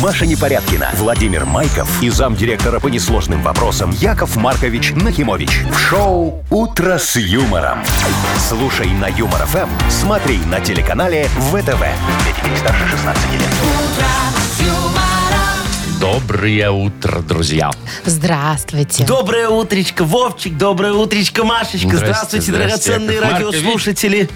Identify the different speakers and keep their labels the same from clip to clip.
Speaker 1: Маша Непорядкина, Владимир Майков и замдиректора по несложным вопросам Яков Маркович Нахимович. В шоу «Утро с юмором». Слушай на Юмор ФМ, смотри на телеканале ВТВ. Для детей старше 16 лет.
Speaker 2: Доброе утро, друзья.
Speaker 3: Здравствуйте.
Speaker 4: Доброе утречко, Вовчик, доброе утречко, Машечка.
Speaker 2: Здрасте,
Speaker 4: Здравствуйте,
Speaker 2: здрасте,
Speaker 4: драгоценные
Speaker 2: Яков Маркович.
Speaker 4: радиослушатели.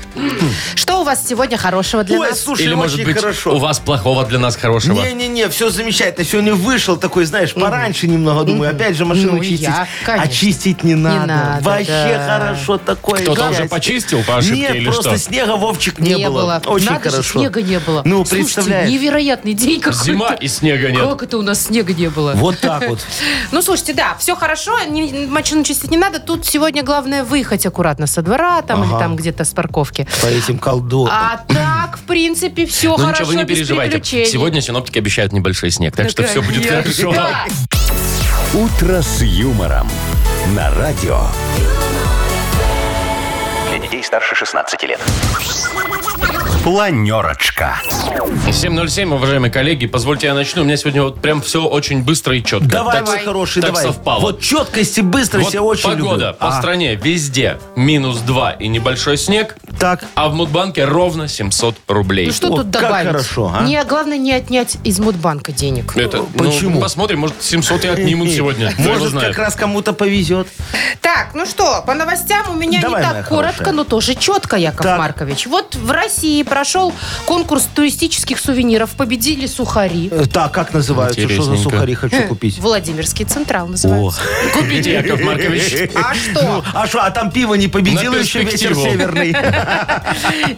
Speaker 3: Что у вас сегодня хорошего для
Speaker 4: Ой,
Speaker 3: нас?
Speaker 4: слушай,
Speaker 2: Или,
Speaker 4: очень
Speaker 2: может быть,
Speaker 4: хорошо.
Speaker 2: у вас плохого для нас хорошего?
Speaker 4: Не-не-не, все замечательно. Сегодня вышел такой, знаешь, пораньше немного, думаю, опять же машину
Speaker 3: Ну, я,
Speaker 4: чистить.
Speaker 3: конечно.
Speaker 4: а чистить не надо.
Speaker 3: надо,
Speaker 4: Вообще
Speaker 3: да.
Speaker 4: хорошо такое.
Speaker 2: Кто-то
Speaker 4: счастье.
Speaker 2: уже почистил по ошибке
Speaker 4: Нет,
Speaker 2: или
Speaker 4: просто
Speaker 2: что?
Speaker 4: снега, Вовчик, не, было. Очень
Speaker 3: Надо же,
Speaker 4: хорошо.
Speaker 3: снега не было.
Speaker 4: Ну,
Speaker 3: Слушайте,
Speaker 4: представляешь.
Speaker 3: невероятный день какой-то.
Speaker 2: Зима и снега нет.
Speaker 3: Как это у нас снега не было?
Speaker 4: Вот так вот.
Speaker 3: Ну, слушайте, да, все хорошо, не, машину чистить не надо. Тут сегодня главное выехать аккуратно со двора там или там где-то с парковки.
Speaker 4: По этим колдотам.
Speaker 3: А так, в принципе, все
Speaker 2: Ну
Speaker 3: хорошо,
Speaker 2: ничего, вы не
Speaker 3: без
Speaker 2: переживайте.
Speaker 3: приключений.
Speaker 2: Сегодня синоптики обещают небольшой снег, так
Speaker 3: Ну,
Speaker 2: что все будет хорошо.
Speaker 3: конечно. Да.
Speaker 1: «Утро с юмором» на радио. Для детей старше 16 лет. Планерочка.
Speaker 2: 7.07, уважаемые коллеги, позвольте я начну. У меня сегодня вот прям все очень быстро и четко.
Speaker 4: Давай,
Speaker 2: так,
Speaker 4: мой хороший,
Speaker 2: так
Speaker 4: давай.
Speaker 2: совпало.
Speaker 4: Вот четкость и быстрость
Speaker 2: Вот
Speaker 4: я очень
Speaker 2: погода
Speaker 4: люблю.
Speaker 2: по
Speaker 4: А,
Speaker 2: стране везде минус 2 и небольшой снег,
Speaker 4: Так,
Speaker 2: а в Мудбанке ровно 700 рублей.
Speaker 3: Ну, что
Speaker 4: О,
Speaker 3: тут
Speaker 4: как
Speaker 3: добавить?
Speaker 4: хорошо, а?
Speaker 3: Не, главное не отнять из Мудбанка денег.
Speaker 2: Это, ну,
Speaker 4: Почему?
Speaker 2: посмотрим, может, 700 и отнимут сегодня. Кто его
Speaker 4: может,
Speaker 2: знает.
Speaker 4: как раз кому-то повезет.
Speaker 3: Так, ну что, по новостям у меня
Speaker 4: Давай,
Speaker 3: не
Speaker 4: моя
Speaker 3: так коротко,
Speaker 4: хорошая.
Speaker 3: но тоже четко, Яков
Speaker 4: Так.
Speaker 3: Маркович. Вот в России прошел конкурс туристических сувениров, победили сухари.
Speaker 4: Э, Так, как называются? Что за
Speaker 2: Интересненько.
Speaker 4: сухари
Speaker 3: Хм.
Speaker 4: хочу купить?
Speaker 3: Владимирский Централ называется.
Speaker 2: Купите, Яков Маркович.
Speaker 3: А что?
Speaker 4: А что, а там пиво не победило
Speaker 2: На
Speaker 4: еще ветер
Speaker 2: перспективу.
Speaker 4: северный?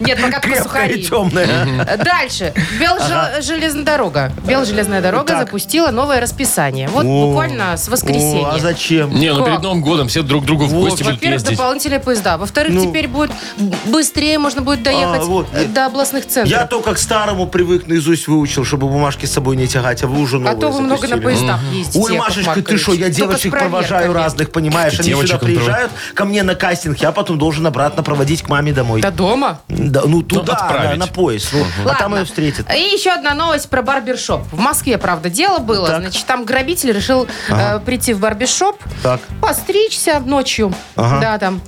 Speaker 3: Нет, пока только
Speaker 4: Ну, Крепкое и
Speaker 3: сухари.
Speaker 4: темное.
Speaker 3: Дальше. Белжелезная дорога. Белжелезная дорога
Speaker 4: Так.
Speaker 3: запустила новое расписание. Вот
Speaker 4: О.
Speaker 3: буквально с
Speaker 4: О, А
Speaker 3: воскресенья.
Speaker 4: зачем?
Speaker 2: Не, ну
Speaker 3: Как?
Speaker 2: перед Новым годом все друг к другу в
Speaker 4: Вот.
Speaker 2: гости будут
Speaker 3: Во-первых,
Speaker 2: ездить.
Speaker 3: дополнительные поезда. Во-вторых,
Speaker 4: Ну.
Speaker 3: теперь будет быстрее можно будет доехать
Speaker 4: А, вот.
Speaker 3: э, до областных центров.
Speaker 4: Я только к старому привык, наизусть выучил, чтобы бумажки с собой не тягать, а вы уже новые
Speaker 3: А то вы много на
Speaker 4: запустили.
Speaker 3: поездах ездите.
Speaker 4: Ой,
Speaker 3: Яков
Speaker 4: Машечка, ты
Speaker 3: Маркович.
Speaker 4: что, я
Speaker 3: Только с
Speaker 4: девочек
Speaker 3: проверками.
Speaker 4: провожаю разных, понимаешь? Они
Speaker 2: Девочек
Speaker 4: сюда
Speaker 2: он проводит.
Speaker 4: приезжают ко мне на кастинг, я потом должен обратно проводить к маме домой.
Speaker 3: До дома?
Speaker 4: Да, ну туда,
Speaker 2: отправить.
Speaker 4: на- на поезд. ну, А там
Speaker 3: Ладно.
Speaker 4: ее встретят.
Speaker 3: И еще одна новость про барбершоп. В Москве, правда, дело было.
Speaker 4: Так.
Speaker 3: Значит, там грабитель решил э, прийти в барбершоп,
Speaker 4: Так.
Speaker 3: постричься ночью.
Speaker 4: Ага.
Speaker 3: Да, там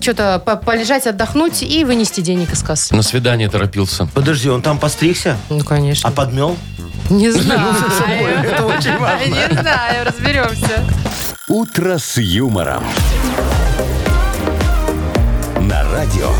Speaker 3: что-то полежать, отдохнуть и вынести денег из кассы.
Speaker 2: На свидание торопился.
Speaker 4: Подожди, он там постригся?
Speaker 3: Ну, конечно.
Speaker 4: А Ну, подмел?
Speaker 3: Не знаю. Не знаю, разберемся.
Speaker 1: «Утро с юмором». На радио.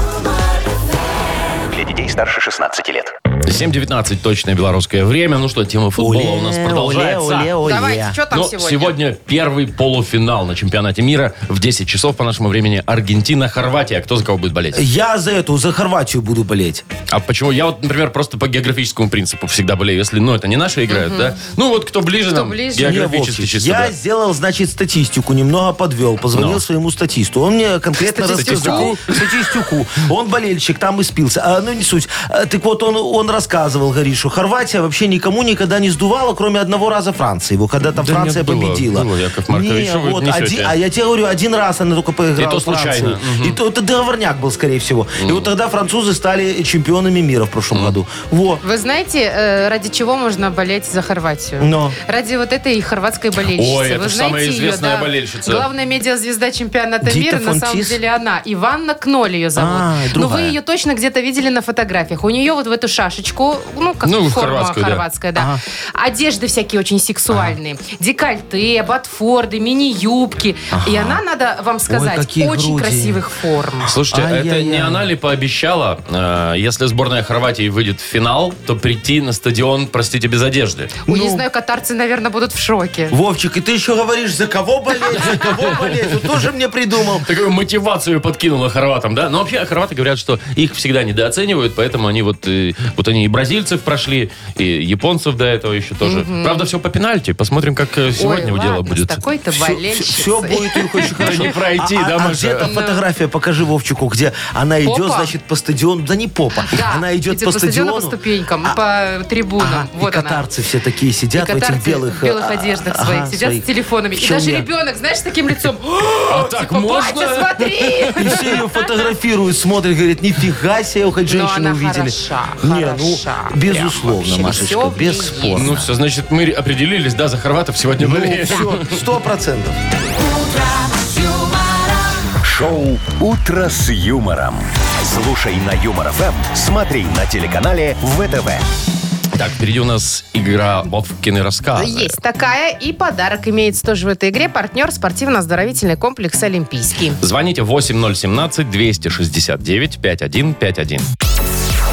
Speaker 1: Для детей старше 16 лет.
Speaker 2: 7.19 точное белорусское время. Ну что, тема футбола у нас продолжается.
Speaker 4: Оле, оле, оле.
Speaker 3: Давайте, что там
Speaker 2: Но
Speaker 3: сегодня?
Speaker 2: сегодня первый полуфинал на чемпионате мира. В 10 часов по нашему времени Аргентина-Хорватия. Кто за кого будет болеть?
Speaker 4: Я за эту, за Хорватию буду болеть.
Speaker 2: А почему? Я вот, например, просто по географическому принципу всегда болею. Если, ну, это не наши играют, да? Ну, вот кто ближе нам
Speaker 3: ближе.
Speaker 2: географически
Speaker 4: Не, Вовчик,
Speaker 2: чисто.
Speaker 4: Я
Speaker 2: да. Ну.
Speaker 4: сделал, значит, статистику, немного подвел, позвонил своему статисту. Он мне конкретно
Speaker 2: Статистику?
Speaker 4: рассказал. Статистику. Он болельщик, там испился. А, ну, не суть. А, так вот, он, он рассказывал, говорит, что Хорватия вообще никому никогда не сдувала, кроме одного раза Франции. Вот когда там
Speaker 2: Да
Speaker 4: Франция
Speaker 2: нет, было,
Speaker 4: победила.
Speaker 2: было, Яков Маркович,
Speaker 4: Не,
Speaker 2: что вы
Speaker 4: вот,
Speaker 2: несете?
Speaker 4: один- а я тебе говорю, один раз она только поиграла
Speaker 2: И то
Speaker 4: в Францию.
Speaker 2: случайно.
Speaker 4: И то это договорняк был, скорее всего. И вот тогда французы стали чемпионами мира в прошлом году. Вот.
Speaker 3: Вы знаете, э, ради чего можно болеть за Хорватию?
Speaker 4: Но.
Speaker 3: Ради вот этой хорватской болельщицы.
Speaker 2: Ой, это
Speaker 3: Вы
Speaker 2: ж
Speaker 3: знаете
Speaker 2: самая
Speaker 3: ее,
Speaker 2: известная
Speaker 3: да?
Speaker 2: болельщица.
Speaker 3: Главная медиазвезда чемпионата
Speaker 4: Дита
Speaker 3: мира, на
Speaker 4: фон
Speaker 3: самом
Speaker 4: Тис?
Speaker 3: деле она. Иванна Кноль ее зовут.
Speaker 4: А,
Speaker 3: Но вы
Speaker 4: другая.
Speaker 3: ее точно где-то видели на фотографиях. У нее вот в эту шашечку, ну, как
Speaker 2: Ну,
Speaker 3: форма
Speaker 2: хорватскую, да.
Speaker 3: хорватская, да. Одежды всякие очень сексуальные. Декольте, ботфорды, мини-юбки. И она, надо вам сказать,
Speaker 4: какие
Speaker 3: очень
Speaker 4: груди.
Speaker 3: красивых форм.
Speaker 2: Слушайте, это
Speaker 4: Ай-яй-яй.
Speaker 2: не она ли пообещала, э, если сборная Хорватии выйдет в финал, то прийти на стадион, простите, без одежды?
Speaker 3: Ой, Не
Speaker 4: Ну.
Speaker 3: знаю, катарцы, наверное, будут в шоке.
Speaker 4: Вовчик, и ты еще говоришь, за кого болеть, за кого болеть. Вот тоже мне придумал.
Speaker 2: Такую мотивацию подкинула хорватам, да? Но вообще хорваты говорят, что их всегда недооценивают, поэтому они вот, э, вот они и бразильцев прошли, и японцев до этого еще тоже. Правда, все по пенальти. Посмотрим, как э, сегодня
Speaker 3: Ой,
Speaker 2: дело
Speaker 3: ладно,
Speaker 2: будет.
Speaker 3: С такой-то болельщицей.
Speaker 4: Все будет у них очень
Speaker 2: Да
Speaker 4: хорошо.
Speaker 2: не пройти,
Speaker 4: А-
Speaker 2: да,
Speaker 4: а- А
Speaker 2: Маша?
Speaker 4: где то фотография? Покажи Вовчику, где она идет,
Speaker 3: Попа?
Speaker 4: значит, по стадиону. Да не попа.
Speaker 3: Да,
Speaker 4: Она идет по стадиону.
Speaker 3: по ступенькам,
Speaker 4: А-
Speaker 3: по трибунам.
Speaker 4: Ага, и
Speaker 3: Ну, вот она.
Speaker 4: катарцы все такие
Speaker 3: И
Speaker 4: сидят в
Speaker 3: катарцы
Speaker 4: этих белых...
Speaker 3: в белых
Speaker 4: а,
Speaker 3: одеждах
Speaker 4: ага,
Speaker 3: своих сидят
Speaker 4: своих.
Speaker 3: с телефонами. И
Speaker 4: Чё А
Speaker 3: даже
Speaker 4: мне?
Speaker 3: ребенок, знаешь, с таким лицом. «О,
Speaker 2: так
Speaker 3: типа,
Speaker 2: можно?»
Speaker 3: батя, смотри!
Speaker 4: И все ее фотографируют, смотрят, говорят, нифига себе, хоть
Speaker 3: Но
Speaker 4: женщину
Speaker 3: она
Speaker 4: увидели.
Speaker 3: хороша,
Speaker 4: Не, ну,
Speaker 3: хороша. хороша.
Speaker 4: безусловно,
Speaker 3: Прям вообще.
Speaker 4: Машечка,
Speaker 3: Всё в ней
Speaker 4: бесспорно.
Speaker 2: Ну все, значит, мы определились, да, за хорватов сегодня болеем.
Speaker 4: все, Ну, сто процентов.
Speaker 1: Шоу «Утро с юмором». Слушай на Юмор ФМ, смотри на телеканале ВТВ.
Speaker 2: Так, впереди у нас игра Вовкины рассказы.
Speaker 3: Есть такая, и подарок имеется тоже в этой игре. Партнер спортивно-оздоровительный комплекс «Олимпийский».
Speaker 2: Звоните 8017-269-5151.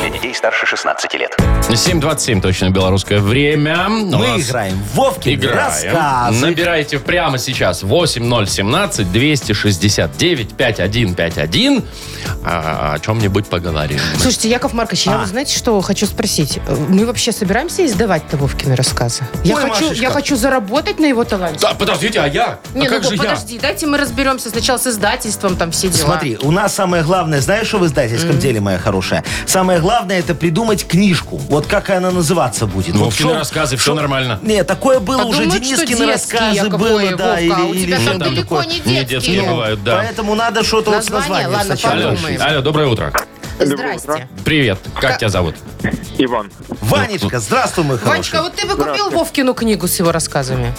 Speaker 5: Для детей старше 16 лет.
Speaker 2: 7.27 точно белорусское время. У
Speaker 4: Мы
Speaker 2: нас
Speaker 4: играем. в Вовкин
Speaker 2: Играем.
Speaker 4: рассказы.
Speaker 2: Набирайте прямо сейчас 8017-269-5151. А, о чем-нибудь поговорим.
Speaker 3: Слушайте, Яков Маркович, я
Speaker 4: А.
Speaker 3: вот знаете, что хочу спросить? Э, Мы вообще собираемся издавать-то Вовкины рассказы? Я,
Speaker 4: Ой,
Speaker 3: хочу,
Speaker 4: Машечка.
Speaker 3: я хочу заработать на его таланте.
Speaker 2: Да, подождите, а я?
Speaker 3: Не,
Speaker 2: а как
Speaker 3: ну
Speaker 2: же
Speaker 3: подожди, дайте мы разберемся сначала с издательством, там все дела.
Speaker 4: Смотри, у нас самое главное, знаешь, что в издательском деле, моя хорошая? Самое главное, это придумать книжку. Вот как она называться будет. Вот
Speaker 2: Вовкины
Speaker 4: шо-
Speaker 2: рассказы, всё
Speaker 4: шо-
Speaker 2: нормально.
Speaker 4: Не, такое было ну, уже.
Speaker 3: Подумают, что
Speaker 4: Денискины
Speaker 3: детские,
Speaker 4: рассказы
Speaker 3: Яков,
Speaker 4: было,
Speaker 3: ой,
Speaker 4: да.
Speaker 3: Вовка, а у тебя
Speaker 2: я?
Speaker 4: или
Speaker 3: там
Speaker 2: Что
Speaker 4: что-то
Speaker 3: далеко
Speaker 4: такое.
Speaker 3: не
Speaker 2: Не
Speaker 3: детские.
Speaker 2: детские
Speaker 3: Ну,
Speaker 2: бывают, да.
Speaker 4: Поэтому надо что-то вот с
Speaker 3: Название,
Speaker 4: названием
Speaker 3: ладно,
Speaker 4: сначала.
Speaker 2: Алло,
Speaker 3: подумаем.
Speaker 2: алло, доброе утро.
Speaker 6: Доброе
Speaker 3: Здрасте.
Speaker 6: утро.
Speaker 2: Привет, как тебя зовут?
Speaker 6: Иван,
Speaker 4: Ванечка, здравствуй, мой хороший.
Speaker 3: Ванечка, а вот ты бы купил Вовкину книгу с его рассказами?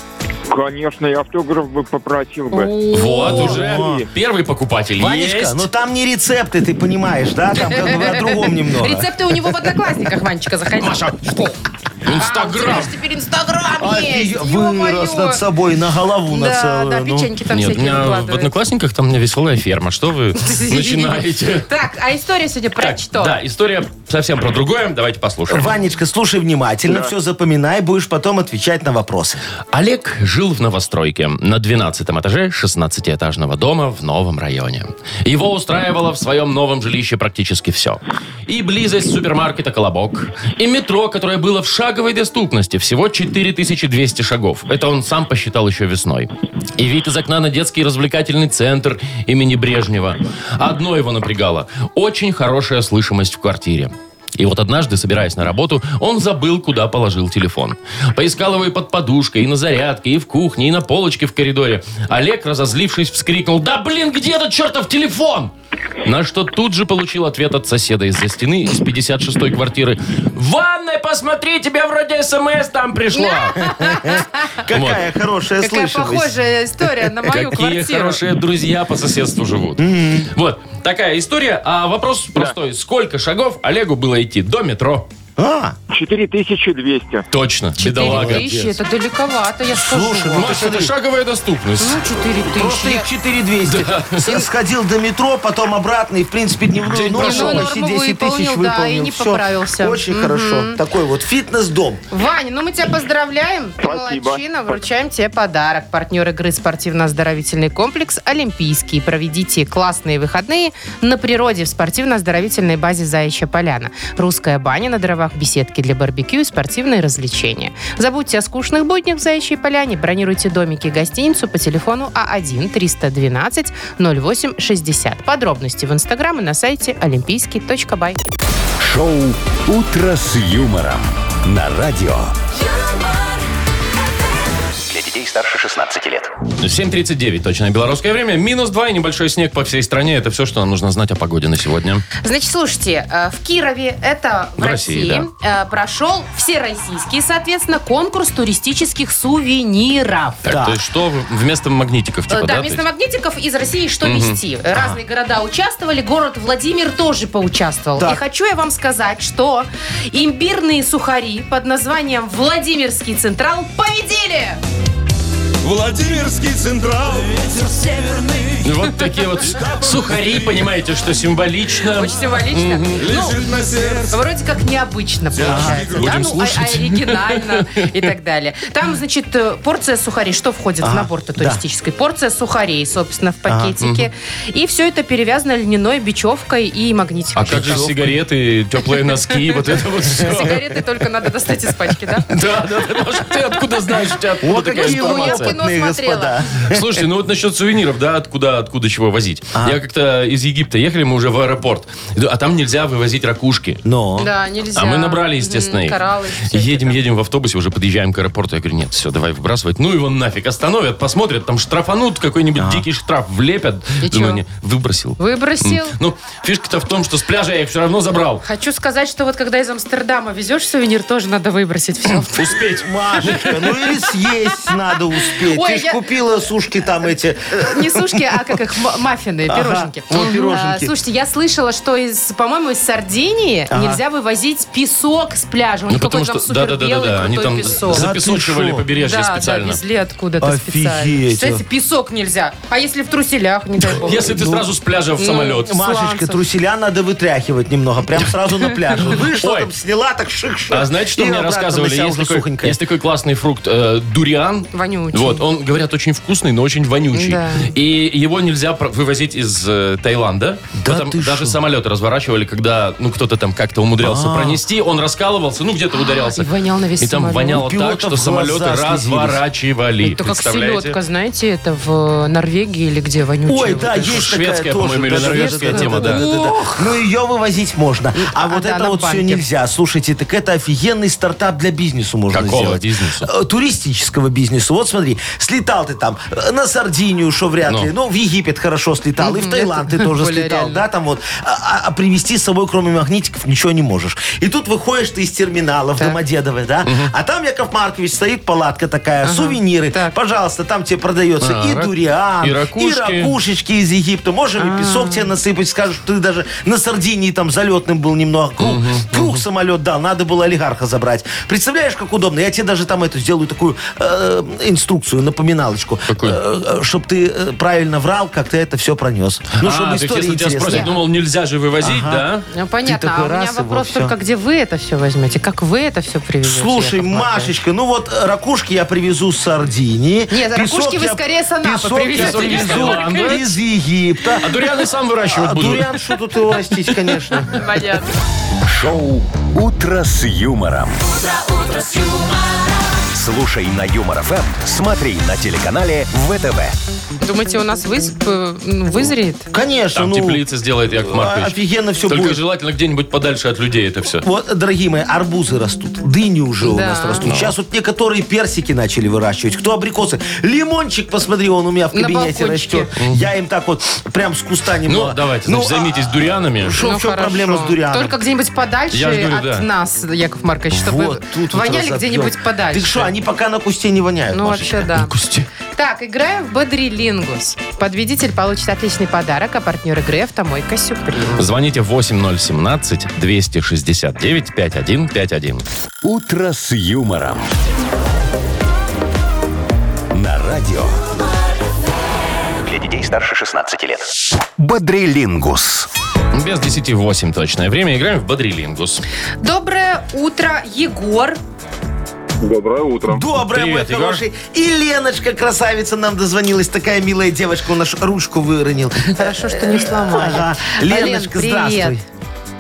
Speaker 6: конечно, я автограф бы попросил бы.
Speaker 2: Вот уже первый покупатель
Speaker 4: Ванечка,
Speaker 2: есть.
Speaker 4: ну там не рецепты, ты понимаешь, да? Там как бы на другом немного.
Speaker 3: Рецепты у него в Одноклассниках, Ванечка, заходи.
Speaker 2: Маша, что?
Speaker 3: А, у тебя
Speaker 2: Инстаграм.
Speaker 3: ж теперь Инстаграм есть.
Speaker 4: Офиге-
Speaker 3: ё-моё.
Speaker 4: А Вырос над собой на голову на
Speaker 3: Да,
Speaker 4: целую.
Speaker 3: да,
Speaker 4: ну.
Speaker 3: печеньки там
Speaker 2: Нет, у
Speaker 3: всякие
Speaker 2: меня в
Speaker 3: выкладывает.
Speaker 2: Одноклассниках там у меня веселая ферма. Что вы начинаете?
Speaker 3: Так, а история сегодня про
Speaker 2: Так,
Speaker 3: что?
Speaker 2: Да, история совсем про другое. Давайте послушаем.
Speaker 4: Ванечка, слушай внимательно, все запоминай, будешь потом отвечать на вопросы.
Speaker 2: Олег жил в новостройке на 12 этаже 16-этажного дома в новом районе. Его устраивало в своем новом жилище практически все. И близость супермаркета «Колобок», и метро, которое было в шаговой доступности, всего 4200 шагов. Это он сам посчитал еще весной. И вид из окна на детский развлекательный центр имени Брежнева. Одно его напрягало – очень хорошая слышимость в квартире. И вот однажды, собираясь на работу, он забыл, куда положил телефон. Поискал его и под подушкой, и на зарядке, и в кухне, и на полочке в коридоре. Олег, разозлившись, вскрикнул «Да блин, где этот чертов телефон?» На что тут же получил ответ от соседа из-за стены из 56-й квартиры. «В ванной посмотри, тебе вроде смс там пришло!»
Speaker 4: Какая хорошая
Speaker 3: Какая
Speaker 4: слышимость.
Speaker 3: похожая история на мою
Speaker 2: Какие
Speaker 3: квартиру.
Speaker 2: хорошие друзья по соседству живут. Вот, такая история. А вопрос простой. Сколько шагов Олегу было идти до метро?
Speaker 4: А,
Speaker 6: 4200.
Speaker 2: Точно, бедолага.
Speaker 3: 4000, это далековато, я скажу.
Speaker 4: слушай,
Speaker 3: вам.
Speaker 4: ну ты
Speaker 2: Маша, это
Speaker 4: смотри,
Speaker 2: шаговая доступность.
Speaker 3: Ну, 4000.
Speaker 4: просто
Speaker 3: я-
Speaker 4: их 4200. С- Сходил до метро, потом обратно и, в принципе, Ну, дневную
Speaker 2: День
Speaker 4: норму
Speaker 2: прошел.
Speaker 4: почти
Speaker 3: Норму
Speaker 4: 10 тысяч
Speaker 3: выполнил, да, и
Speaker 4: выполнил.
Speaker 3: не
Speaker 4: Всё.
Speaker 3: поправился.
Speaker 4: Очень
Speaker 3: Мгм.
Speaker 4: хорошо. Такой вот фитнес-дом.
Speaker 3: Ваня, ну мы тебя поздравляем. Ты
Speaker 6: Спасибо.
Speaker 3: Молодчина, вручаем тебе подарок. Партнер игры спортивно-оздоровительный комплекс «Олимпийский». Проведите классные выходные на природе в спортивно-оздоровительной базе «Заячья поляна». Русская баня на дровах, беседки для барбекю и спортивные развлечения. Забудьте о скучных буднях в «Заячьей поляне». Бронируйте домики и гостиницу по телефону А А1-312-08-60. Подробности в Инстаграм и на сайте олимпийский.бай.
Speaker 1: Шоу «Утро с юмором» на радио.
Speaker 5: Для детей старше 16 лет.
Speaker 2: 7.39, точно белорусское время. Минус 2 и небольшой снег по всей стране. Это все, что нам нужно знать о погоде на сегодня.
Speaker 3: Значит, слушайте, э, в Кирове, это в,
Speaker 2: В России,
Speaker 3: России, э, прошел всероссийский, соответственно, конкурс туристических сувениров.
Speaker 2: Так, то есть что вместо магнитиков?
Speaker 3: Э,
Speaker 2: Типа,
Speaker 3: Да,
Speaker 2: да,
Speaker 3: вместо магнитиков из России что вести? Разные города участвовали, город Владимир тоже поучаствовал.
Speaker 4: Так.
Speaker 3: И хочу я вам сказать, что имбирные сухари под названием Владимирский Централ победили!
Speaker 7: Владимирский Централ.
Speaker 2: Вот такие вот сухари, понимаете, что символично.
Speaker 3: Очень символично. Ну,
Speaker 7: Лежит на сердце.
Speaker 3: Вроде как необычно получается, да?
Speaker 2: Будем
Speaker 3: Ну, а- а
Speaker 2: слушать.
Speaker 3: оригинально и так далее. Там, значит, э, порция сухарей. Что входит в набор-то
Speaker 4: да.
Speaker 3: туристической? Порция сухарей, собственно, в пакетике. И все это перевязано льняной бечевкой и магнитиком.
Speaker 2: А как же сигареты, теплые носки, вот это вот все.
Speaker 3: Сигареты только надо достать из пачки, да?
Speaker 2: Да, да, да, Маша, ты откуда знаешь, у тебя
Speaker 4: О,
Speaker 2: откуда такая
Speaker 4: какие
Speaker 3: Ну, я
Speaker 2: информация?
Speaker 4: опытные.
Speaker 3: кино
Speaker 4: элитные
Speaker 3: кино смотрела.
Speaker 4: господа.
Speaker 2: Слушайте, ну вот насчет сувениров, да, откуда, откуда чего возить. Я как-то из Египта ехали, мы уже в аэропорт, Иду, а там нельзя вывозить ракушки.
Speaker 4: Но.
Speaker 3: Да, нельзя.
Speaker 2: А мы набрали,
Speaker 3: Мгм,
Speaker 2: естественно, их.
Speaker 3: Кораллы. всякие
Speaker 2: едем,
Speaker 3: там.
Speaker 2: едем в автобусе, уже подъезжаем к аэропорту. Я говорю, нет, все, давай выбрасывать. Ну его нафиг, остановят, посмотрят, там штрафанут, какой-нибудь
Speaker 4: А.
Speaker 2: дикий штраф влепят.
Speaker 3: И чё?
Speaker 2: Думаю, не, выбросил.
Speaker 3: Выбросил.
Speaker 2: Ну, фишка-то в том, что с пляжа я их все равно забрал.
Speaker 3: Хочу сказать, что вот когда из Амстердама везешь сувенир, тоже надо выбросить все.
Speaker 2: Успеть.
Speaker 4: Машечка, ну или съесть надо успеть.
Speaker 3: Ой,
Speaker 4: Ты ж
Speaker 3: я-
Speaker 4: купила сушки там эти.
Speaker 3: Не сушки, а как их, м- маффины,
Speaker 4: Ага,
Speaker 3: пироженки.
Speaker 4: вот пироженки.
Speaker 3: А, Слушайте, я слышала, что, из, по-моему, из Сардинии
Speaker 4: Ага.
Speaker 3: нельзя вывозить песок с пляжа. У
Speaker 2: Ну,
Speaker 3: них
Speaker 2: потому
Speaker 3: какой-то там
Speaker 2: что, да-да-да-да,
Speaker 3: супер-белый
Speaker 2: да, они там
Speaker 3: крутой песок.
Speaker 4: за-
Speaker 2: запесочивали
Speaker 4: Да ты шо?
Speaker 2: побережье
Speaker 3: Да,
Speaker 2: специально.
Speaker 3: да, везли откуда-то
Speaker 4: Офигеть.
Speaker 3: специально. Кстати, песок нельзя. А если в труселях, не дай бог. Ну,
Speaker 2: Если ты сразу с пляжа в самолет.
Speaker 4: Машечка,
Speaker 3: Сланцев.
Speaker 4: труселя надо вытряхивать немного, прям сразу на пляже. Вышла
Speaker 2: Ой.
Speaker 4: там, сняла, так шик-шик.
Speaker 2: А знаете, что
Speaker 4: И
Speaker 2: мне
Speaker 4: обратно
Speaker 2: рассказывали?
Speaker 4: нася
Speaker 2: Есть
Speaker 4: уже
Speaker 2: такой,
Speaker 4: сухонькая.
Speaker 2: есть такой классный фрукт э, дуриан.
Speaker 3: Вонючий.
Speaker 2: Вот, он, говорят, очень вкусный, но очень вонючий.
Speaker 3: Да.
Speaker 2: И его нельзя про- вывозить из э, Таиланда.
Speaker 4: Да
Speaker 2: Потом
Speaker 4: ты
Speaker 2: даже
Speaker 4: шо? А.
Speaker 2: самолеты разворачивали, когда ну кто-то там как-то умудрялся пронести, он раскалывался, ну где-то ударялся.
Speaker 3: и вонял на весь
Speaker 2: И там
Speaker 3: самолет.
Speaker 2: воняло
Speaker 4: У пилотов
Speaker 2: так, что
Speaker 4: глаза
Speaker 2: самолеты
Speaker 4: слезились.
Speaker 2: разворачивали.
Speaker 3: Это как
Speaker 2: Представляете?
Speaker 3: селедка, знаете, это в Норвегии или где вонючая.
Speaker 4: Ой,
Speaker 3: вот
Speaker 4: да,
Speaker 3: эта
Speaker 4: есть
Speaker 2: шведская,
Speaker 4: такая тоже.
Speaker 2: по-моему, или
Speaker 4: Да-да-да,
Speaker 2: норвежская
Speaker 4: да-да-да,
Speaker 2: тема, да.
Speaker 4: да-да-да.
Speaker 3: Ох.
Speaker 4: Ну, ее вывозить можно. А
Speaker 3: а,
Speaker 4: вот
Speaker 3: да,
Speaker 4: это
Speaker 3: на
Speaker 4: вот все
Speaker 3: банке.
Speaker 4: нельзя. Слушайте, так это офигенный стартап для бизнеса можно
Speaker 2: Какого
Speaker 4: сделать.
Speaker 2: бизнеса?
Speaker 4: Э, Туристического бизнеса. Вот смотри, слетал ты там э, на Сардинию, что вряд
Speaker 2: Ну.
Speaker 4: ли. Ну, в Египет хорошо слетал, и в Таиланд ты тоже
Speaker 3: более
Speaker 4: слетал,
Speaker 3: реально.
Speaker 4: да, там вот. А а- а привезти с собой, кроме магнитиков, ничего не можешь. И тут выходишь ты из терминала в Домодедово, да, а там Яков Маркович стоит, палатка такая, сувениры.
Speaker 3: Так.
Speaker 4: Пожалуйста, там тебе продается
Speaker 2: А,
Speaker 4: и
Speaker 2: рак-
Speaker 4: дуриан,
Speaker 2: и
Speaker 4: и
Speaker 2: ракушки.
Speaker 4: ракушечки из Египта.
Speaker 2: А.
Speaker 4: Можем и песок тебе насыпать. Скажут, что ты даже на Сардинии там залетным был немного. Круг, круг самолет дал, надо было олигарха забрать. Представляешь, как удобно? Я тебе даже там эту сделаю такую э, инструкцию, напоминалочку.
Speaker 2: Какую?
Speaker 4: чтобы ты э, правильно врал, как ты это все пронес. Ну,
Speaker 2: А,
Speaker 4: чтобы
Speaker 2: так
Speaker 4: история
Speaker 2: если тебя спросят, «Ну,
Speaker 4: интересная.
Speaker 2: думал, нельзя же вывозить, да?
Speaker 3: Ну, понятно.
Speaker 4: такой
Speaker 3: а у меня
Speaker 4: раз, и вот
Speaker 3: вопрос
Speaker 4: всё.
Speaker 3: только, где вы это все возьмете? Как вы это все привезете?
Speaker 4: Слушай,
Speaker 3: Яков Маркович?
Speaker 4: Машечка, ну вот э, ракушки я привезу с Сардинии.
Speaker 3: Нет,
Speaker 4: Песок
Speaker 3: ракушки вы
Speaker 4: я-
Speaker 3: скорее с Анапы
Speaker 4: песок я
Speaker 3: привезете,
Speaker 2: Яков
Speaker 4: привезу
Speaker 2: Маркович.
Speaker 4: из Египта.
Speaker 2: А дурианы сам выращивать
Speaker 4: А
Speaker 2: будут.
Speaker 4: дуриан, что тут его растить, конечно.
Speaker 3: Понятно.
Speaker 1: Шоу «Утро с юмором». Слушай на Юмор ФМ, смотри на телеканале ВТВ.
Speaker 3: Думаете, у нас выз- э, ну, вызреет?
Speaker 4: Конечно,
Speaker 2: Там
Speaker 4: ну...
Speaker 2: теплицы сделает Яков
Speaker 4: а,
Speaker 2: Маркович.
Speaker 4: офигенно всё
Speaker 2: Только
Speaker 4: будет.
Speaker 2: желательно где-нибудь подальше от людей это все.
Speaker 4: Вот, дорогие мои, арбузы растут, дыни уже у
Speaker 3: Да.
Speaker 4: нас растут. Сейчас вот некоторые персики начали выращивать, кто абрикосы. Лимончик, посмотри, он у меня в
Speaker 3: На
Speaker 4: кабинете
Speaker 3: балкончике.
Speaker 4: растет. Я им так вот прям с куста немного.
Speaker 2: Ну, давайте, значит, займитесь дурианами.
Speaker 4: а Шо, в чём
Speaker 3: Ну, хорошо.
Speaker 4: проблема с дурианом?
Speaker 3: Только где-нибудь подальше
Speaker 2: Я ж говорю,
Speaker 3: от
Speaker 2: да.
Speaker 3: нас, Яков Маркович, чтобы
Speaker 4: Вот тут вот
Speaker 3: воняли
Speaker 4: разобьём.
Speaker 3: где-нибудь подальше.
Speaker 4: Так что, они пока на кусте не воняют,
Speaker 3: Ну,
Speaker 4: Машечка.
Speaker 3: вообще, да.
Speaker 2: Кусти.
Speaker 3: Так, играем в Бодрилингус. Подведитель получит отличный подарок, а партнер игры «Автомойка Сюприм».
Speaker 2: Звоните 8017-269-5151.
Speaker 1: «Утро с юмором». На радио
Speaker 5: Для детей старше 16 лет.
Speaker 1: «Бодрилингус».
Speaker 2: Без 10 8 точное время. Играем в Бодрилингус.
Speaker 3: Доброе утро, Егор.
Speaker 6: Доброе утро.
Speaker 4: Доброе,
Speaker 2: Привет,
Speaker 4: мой
Speaker 2: Егор.
Speaker 4: хороший. И Леночка, красавица, нам дозвонилась. Такая милая девочка, у нас ручку выронил.
Speaker 3: Хорошо, что не сломали.
Speaker 4: Ага. Леночка,
Speaker 3: привет.
Speaker 4: здравствуй.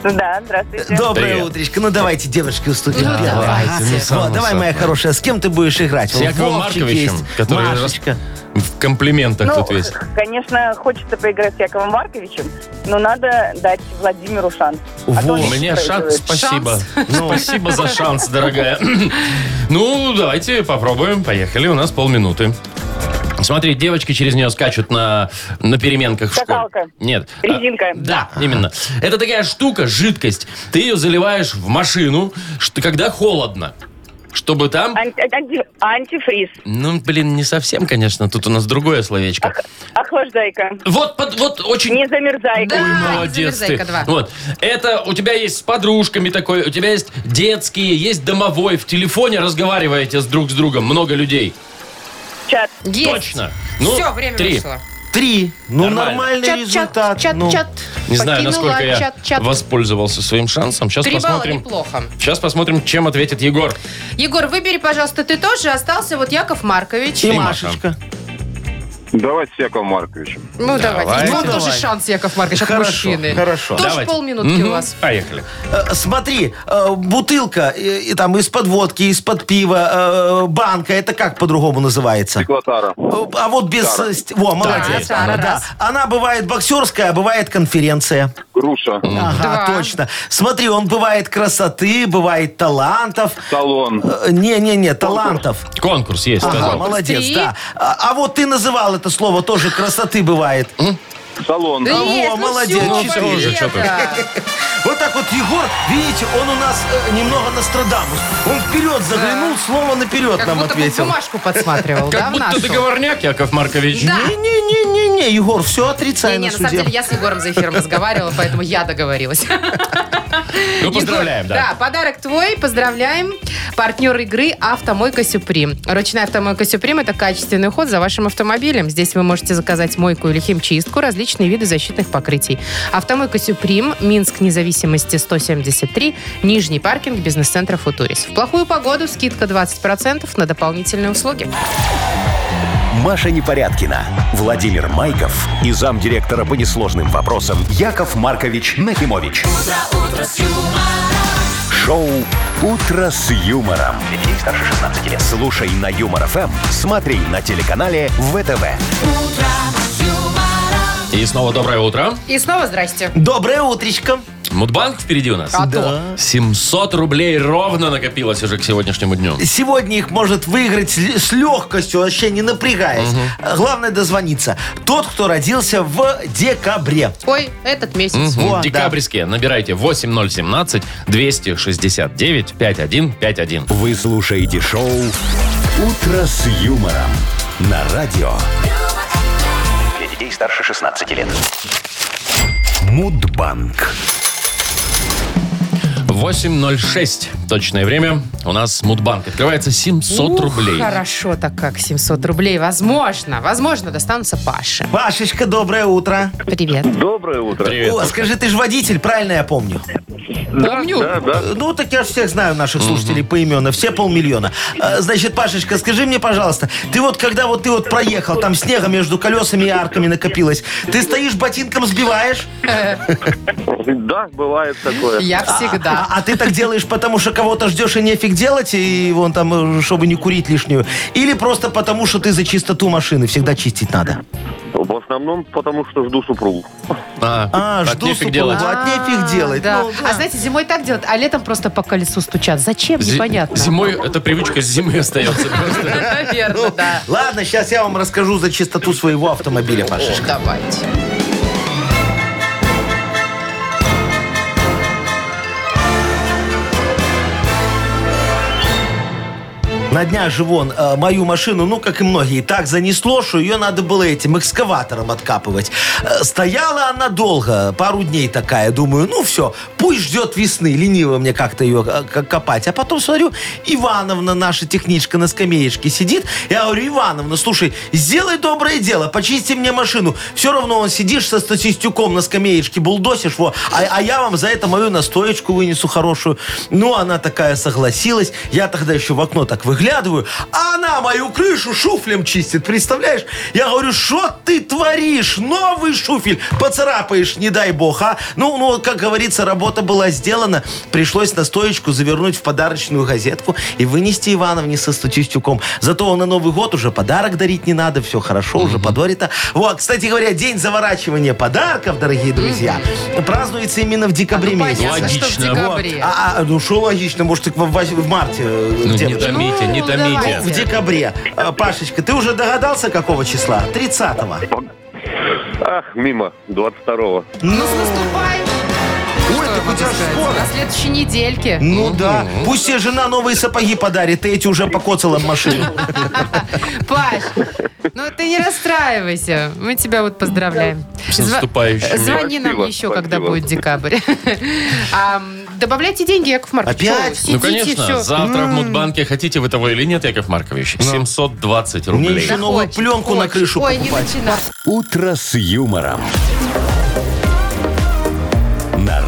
Speaker 8: Да, здравствуйте.
Speaker 4: Доброе
Speaker 2: Привет.
Speaker 4: утречко. Ну давайте, девочки, уступим.
Speaker 3: Ну,
Speaker 4: первой.
Speaker 3: давайте,
Speaker 4: Ага.
Speaker 2: ну,
Speaker 4: Вот,
Speaker 2: само
Speaker 4: давай,
Speaker 2: собой.
Speaker 4: моя хорошая, с кем ты будешь играть?
Speaker 2: С
Speaker 4: Вот
Speaker 2: Яковом
Speaker 4: Вовчик
Speaker 2: Марковичем,
Speaker 4: есть,
Speaker 2: который раз-
Speaker 4: Машечка.
Speaker 2: В комплиментах
Speaker 8: Ну,
Speaker 2: тут весь.
Speaker 8: конечно, хочется поиграть с Яковом Марковичем, но надо дать Владимиру шанс. А
Speaker 4: Во.
Speaker 8: он
Speaker 2: У меня шанс,
Speaker 8: проигрывает.
Speaker 2: спасибо. Ну, Спасибо за шанс, дорогая. Ну, давайте попробуем. Поехали, у нас полминуты. Смотри, девочки через нее скачут на, на переменках в школе.
Speaker 8: Скакалка.
Speaker 2: Нет. а,
Speaker 8: Резинка.
Speaker 2: да, именно. Это такая штука, жидкость. Ты ее заливаешь в машину, что, когда холодно. Чтобы там...
Speaker 8: Ан- ан- анти- антифриз.
Speaker 2: Ну, блин, не совсем, конечно. Тут у нас другое словечко.
Speaker 8: Охлаждайка.
Speaker 2: Вот, под, вот очень...
Speaker 8: Не замерзайка.
Speaker 3: Да.
Speaker 2: Ой, молодец ты.
Speaker 3: А, «Замерзайка два».
Speaker 2: Вот. Это у тебя есть с подружками такой, у тебя есть детские, есть домовой. В телефоне разговариваете с друг с другом, много людей.
Speaker 8: Чат.
Speaker 3: Есть.
Speaker 2: Точно. Ну,
Speaker 3: Все, время
Speaker 2: три.
Speaker 3: вышло.
Speaker 4: Три. Ну,
Speaker 2: Нормально.
Speaker 4: нормальный результат.
Speaker 3: Чат-чат,
Speaker 4: ну.
Speaker 3: чат-чат.
Speaker 2: Не знаю, насколько я
Speaker 3: чат-чат.
Speaker 2: воспользовался своим шансом. Сейчас
Speaker 3: Три балла
Speaker 2: посмотрим.
Speaker 3: неплохо.
Speaker 2: Сейчас посмотрим, чем ответит Егор.
Speaker 3: Егор, выбери, пожалуйста, ты тоже. Остался вот Яков Маркович.
Speaker 4: И
Speaker 2: Маша.
Speaker 4: Машечка.
Speaker 6: Давайте с Яковом Марковичем.
Speaker 3: Ну, давайте.
Speaker 2: Давай.
Speaker 3: Ну,
Speaker 2: Ну,
Speaker 3: тоже
Speaker 4: давай.
Speaker 3: шанс, Яков Маркович, от
Speaker 4: Хорошо,
Speaker 3: мужчины.
Speaker 4: хорошо.
Speaker 3: Тоже
Speaker 2: Давайте.
Speaker 3: полминутки
Speaker 2: Мгм.
Speaker 3: у вас.
Speaker 2: Поехали.
Speaker 4: Э, Смотри, э, бутылка э, и там из-под водки, из-под пива, э, банка, это как по-другому называется?
Speaker 6: Стеклотара.
Speaker 4: Э, А вот без...
Speaker 6: Тара.
Speaker 4: э, ст- Во, молодец.
Speaker 3: тара,
Speaker 4: Тара, да.
Speaker 3: раз.
Speaker 4: Она бывает боксерская, а бывает конференция.
Speaker 6: Груша.
Speaker 4: Ага,
Speaker 3: Два.
Speaker 4: точно. Смотри, он бывает красоты, бывает талантов.
Speaker 6: Салон.
Speaker 4: Э, Не-не-не, талантов.
Speaker 2: Конкурс есть,
Speaker 4: Ага,
Speaker 2: сказал.
Speaker 4: молодец,
Speaker 3: Три.
Speaker 4: да. А, а вот ты называл это слово тоже красоты бывает.
Speaker 6: Салон.
Speaker 3: Да
Speaker 4: во,
Speaker 3: есть, ну
Speaker 4: молодец,
Speaker 3: всё,
Speaker 4: четыре.
Speaker 2: Ну, уже, чё ты.
Speaker 3: победа.
Speaker 4: Вот так вот Егор, видите, он у нас э, немного Нострадамус. Он вперед заглянул, слово наперед
Speaker 3: Как
Speaker 4: нам
Speaker 3: будто бы
Speaker 4: ответил.
Speaker 3: бумажку подсматривал, да,
Speaker 2: Как
Speaker 3: в
Speaker 2: будто
Speaker 3: нашу.
Speaker 2: договорняк, Яков Маркович.
Speaker 3: Да.
Speaker 4: Не-не-не-не-не, Егор, все отрицай
Speaker 3: Не-не,
Speaker 4: на
Speaker 3: на самом
Speaker 4: суде.
Speaker 3: деле я с Егором за эфиром разговаривала, поэтому я договорилась.
Speaker 2: Ну, поздравляем,
Speaker 3: Егор,
Speaker 2: да.
Speaker 3: Да, подарок твой, поздравляем. Партнер игры «Автомойка Сюприм». Ручная «Автомойка Сюприм» — это качественный уход за вашим автомобилем. Здесь вы можете заказать мойку или химчистку, различные виды защитных покрытий. «Автомойка Сюприм», Минск, независимости 173, Нижний паркинг, бизнес-центр «Футурис». В плохую погоду скидка 20% на дополнительные услуги.
Speaker 1: Маша Непорядкина, Владимир Майков и замдиректора по несложным вопросам Яков Маркович Нахимович. Шоу Утро с юмором. Для детей старше 16 лет. Слушай на юмор ФМ, смотри на телеканале ВТВ.
Speaker 2: И снова доброе утро.
Speaker 3: И снова здрасте.
Speaker 4: Доброе утречко.
Speaker 2: Мудбанк впереди у нас.
Speaker 3: А то.
Speaker 2: 700 рублей ровно накопилось уже к сегодняшнему дню.
Speaker 4: Сегодня их может выиграть с ле- с легкостью, вообще не напрягаясь. Э, Главное дозвониться. Тот, кто родился в декабре.
Speaker 3: Ой, этот месяц.
Speaker 4: Мгм. Во, да.
Speaker 2: Декабрьские. Набирайте 8017-269-5151.
Speaker 1: Вы слушаете шоу Утро с юмором на радио
Speaker 5: Для детей старше 16 лет.
Speaker 1: Мудбанк.
Speaker 2: 8.06. Точное время. У нас Мудбанк. Открывается 700
Speaker 3: Ух,
Speaker 2: рублей.
Speaker 3: Хорошо, так как 700 рублей. Возможно, возможно, достанутся Паше.
Speaker 4: Пашечка, доброе утро.
Speaker 3: Привет.
Speaker 6: Доброе утро.
Speaker 2: Привет.
Speaker 4: О, скажи, ты же водитель, правильно я помню?
Speaker 3: Помню.
Speaker 6: Да, да.
Speaker 4: Э, Ну, так я же всех знаю наших слушателей по поименно, все полмиллиона. Э, Значит, Пашечка, скажи мне, пожалуйста, ты вот когда вот ты вот проехал, там снега между колесами и арками накопилось, ты стоишь ботинком сбиваешь,
Speaker 6: Да, бывает такое.
Speaker 3: Я всегда.
Speaker 4: а, а ты так делаешь, потому что кого-то ждешь и нефиг делать, и вон там, э, чтобы не курить лишнюю, или просто потому, что ты за чистоту машины всегда чистить надо.
Speaker 6: В основном потому, что жду супругу.
Speaker 2: А,
Speaker 4: А,
Speaker 2: так
Speaker 4: жду
Speaker 2: нефиг
Speaker 4: супругу,
Speaker 2: делать.
Speaker 4: от нефиг делать.
Speaker 3: Да.
Speaker 4: Ну, да.
Speaker 3: А знаете, зимой так делают, а летом просто по колесу стучат. Зачем,
Speaker 2: Зи-
Speaker 3: непонятно.
Speaker 2: Зимой эта привычка с зимы остается. просто.
Speaker 3: Наверное, да.
Speaker 4: ну, Ладно, сейчас я вам расскажу за чистоту своего автомобиля, Пашечка.
Speaker 3: Давайте.
Speaker 4: На днях же вон э, мою машину, ну, как и многие, так занесло, что ее надо было этим экскаватором откапывать. Э, стояла она долго, пару дней такая. Думаю, ну все, пусть ждет весны. Лениво мне как-то ее э, к- копать. А потом смотрю, Ивановна, наша техничка на скамеечке сидит. Я говорю, Ивановна, слушай, сделай доброе дело, почисти мне машину. Все равно он сидишь со статистюком на скамеечке, булдосишь, во, а, а я вам за это мою настоечку вынесу хорошую. Ну, она такая согласилась. Я тогда еще в окно так выглядываю, а она мою крышу шуфлем чистит, представляешь? Я говорю, что ты творишь? Новый шуфель поцарапаешь, не дай бог, а? Ну, ну, как говорится, работа была сделана. Пришлось настоечку завернуть в подарочную газетку и вынести Ивановне со статистюком. Зато на Новый год уже подарок дарить не надо, все хорошо, уже подорито. Вот, кстати говоря, день заворачивания подарков, дорогие друзья, празднуется именно в декабре
Speaker 3: Ну,
Speaker 4: месяце.
Speaker 3: понятно, что в
Speaker 2: Логично.
Speaker 3: декабре.
Speaker 4: А, а, ну что логично, может, так в, в- в марте э,
Speaker 2: Ну, не
Speaker 4: девочки?
Speaker 2: томите, не
Speaker 3: Ну,
Speaker 2: томите.
Speaker 3: давайте.
Speaker 4: В декабре. А, Пашечка, ты уже догадался, какого числа? 30-го.
Speaker 6: Ах, мимо. 22-го.
Speaker 3: Ну, с наступаем.
Speaker 4: Ой, так у тебя ж скоро.
Speaker 3: На следующей недельке.
Speaker 4: Ну да. Пусть тебе жена новые сапоги подарит, ты эти уже покоцала в машину.
Speaker 3: Паш, ну ты не расстраивайся. Мы тебя вот поздравляем.
Speaker 2: С
Speaker 3: Зва-
Speaker 2: наступающим.
Speaker 3: Звони нам
Speaker 6: Спасибо,
Speaker 3: еще, когда
Speaker 6: спасибо.
Speaker 3: будет декабрь. А, м, Добавляйте деньги, Яков Маркович.
Speaker 4: Опять?
Speaker 3: Чего вы
Speaker 2: Ну,
Speaker 3: сидите
Speaker 2: конечно,
Speaker 3: всё? Ну.
Speaker 2: завтра в Мудбанке, хотите вы того или нет, Яков Маркович, 720
Speaker 4: Мне
Speaker 2: рублей.
Speaker 4: еще
Speaker 3: Да
Speaker 4: новую
Speaker 3: хочет,
Speaker 4: пленку на
Speaker 3: хочет.
Speaker 4: крышу
Speaker 3: Ой, не
Speaker 4: покупать.
Speaker 3: начинай.
Speaker 1: Утро с юмором. На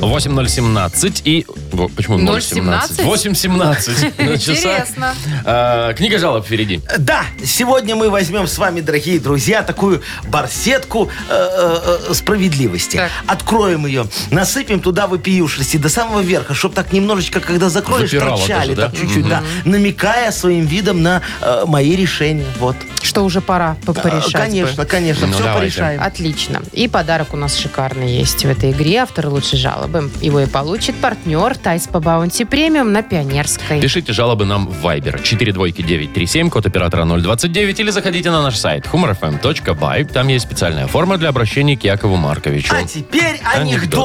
Speaker 2: 8017 и... Го- Почему 017?
Speaker 3: 017?
Speaker 2: 817 на часах.
Speaker 3: Интересно.
Speaker 2: А, Книга жалоб впереди.
Speaker 4: Да, сегодня мы возьмем с вами, дорогие друзья, такую барсетку э, э, э, справедливости.
Speaker 3: Так.
Speaker 4: Откроем ее, насыпем туда вопиюшести до самого верха, чтобы так немножечко, когда закроешь,
Speaker 2: Запирало
Speaker 4: торчали,
Speaker 2: даже, да?
Speaker 4: так чуть-чуть, да, намекая своим видом на э, мои решения. Вот. Э,
Speaker 3: Что уже пора по- порешать бы.
Speaker 4: конечно, конечно,
Speaker 2: Ну,
Speaker 4: все
Speaker 2: давайте.
Speaker 4: порешаем.
Speaker 3: Отлично. И подарок у нас шикарный есть в этой игре. Автор лучшей жалобы. Его и получит партнер Тайс по Баунти Премиум на Пионерской.
Speaker 2: Пишите жалобы нам в Viber 42937, код оператора 029, или заходите на наш сайт humorfm.by. Там есть специальная форма для обращения к Якову Марковичу. Ну,
Speaker 4: А теперь
Speaker 2: Анекдот.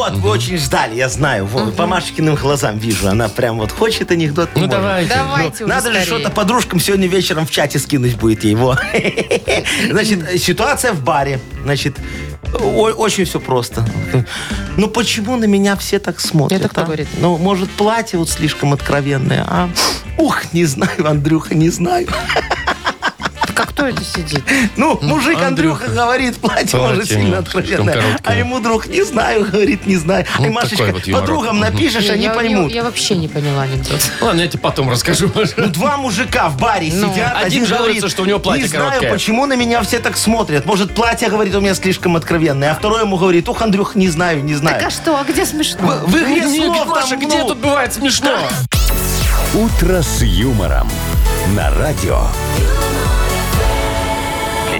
Speaker 4: анекдот. Вы очень ждали, я знаю. Вот, По Машкиным глазам вижу. Она прям вот хочет анекдот. не
Speaker 2: Ну
Speaker 4: может.
Speaker 2: давайте.
Speaker 3: Давайте уже
Speaker 4: Надо
Speaker 3: скорее.
Speaker 4: же что-то подружкам сегодня вечером в чате скинуть будет ей. во. Значит, ситуация в баре. Значит, о- очень все просто. Ну почему на меня все так смотрят?
Speaker 3: Это кто
Speaker 4: а?
Speaker 3: говорит?
Speaker 4: Ну, может, платье вот слишком откровенное, а? Ух, не знаю, Андрюха, не знаю.
Speaker 3: Как кто это сидит?
Speaker 4: Ну, мужик
Speaker 2: Андрюха.
Speaker 4: Андрюха говорит, платье
Speaker 2: Платье
Speaker 4: может сильно
Speaker 2: слишком
Speaker 4: откровенное.
Speaker 2: короткое.
Speaker 4: А ему друг, не знаю, говорит, не знаю.
Speaker 2: Ну,
Speaker 4: И
Speaker 2: такой
Speaker 4: Машечка,
Speaker 2: вот юморок.
Speaker 4: подругам
Speaker 2: Мгм.
Speaker 4: напишешь, они
Speaker 3: я,
Speaker 4: поймут.
Speaker 3: Я, я вообще не поняла анекдот.
Speaker 2: Ну, Ладно, я тебе потом расскажу.
Speaker 4: Ну, два мужика в баре
Speaker 3: Ну.
Speaker 4: сидят.
Speaker 2: Один
Speaker 4: Один,
Speaker 2: жалуется,
Speaker 4: говорит,
Speaker 2: что у него платье
Speaker 4: Не знаю,
Speaker 2: короткое».
Speaker 4: почему на меня все так смотрят. Может, платье, говорит, у меня слишком откровенное. А второй ему говорит, ух, Андрюх, не знаю, не знаю.
Speaker 3: Так а что, а где смешно?
Speaker 4: В- в игре слов
Speaker 2: Маша,
Speaker 4: там,
Speaker 2: где
Speaker 4: ну,
Speaker 2: тут бывает смешно?
Speaker 1: «Утро с юмором» на радио.
Speaker 5: Для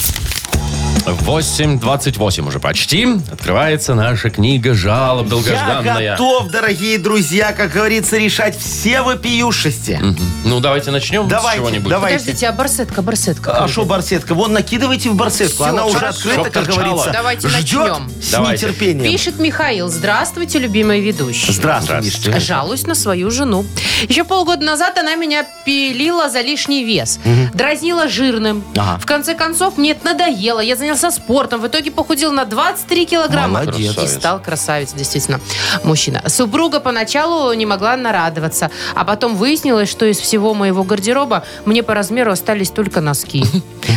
Speaker 2: 8.28 уже почти. Открывается наша книга жалоб долгожданная.
Speaker 4: Я готов, дорогие друзья, как говорится, решать все вопиюшести.
Speaker 2: Ну, давайте начнем
Speaker 4: Давайте,
Speaker 2: с чего-нибудь.
Speaker 4: давайте.
Speaker 3: Подождите, а барсетка, барсетка.
Speaker 4: А что барсетка? Вон, накидывайте в барсетку.
Speaker 3: Всё,
Speaker 4: Она уже
Speaker 3: хорошо.
Speaker 4: открыта,
Speaker 2: Чтоб
Speaker 4: как
Speaker 2: торчало.
Speaker 4: говорится.
Speaker 3: Давайте
Speaker 4: Ждет
Speaker 3: начнем.
Speaker 4: с
Speaker 2: Давайте.
Speaker 4: нетерпением.
Speaker 3: Пишет Михаил. Здравствуйте, любимый ведущий.
Speaker 4: Здравствуй, Мишечка.
Speaker 3: Жалуюсь на свою жену. Еще полгода назад она меня пилила за лишний вес. Дразнила жирным.
Speaker 4: Ага.
Speaker 3: В конце концов, мне это надоело. Я занялся спортом. В итоге похудел на 23 килограмма.
Speaker 4: Молодец.
Speaker 3: И стал красавец, действительно. Мужчина. Супруга поначалу не могла нарадоваться. А потом выяснилось, что из всего моего гардероба мне по размеру остались только носки.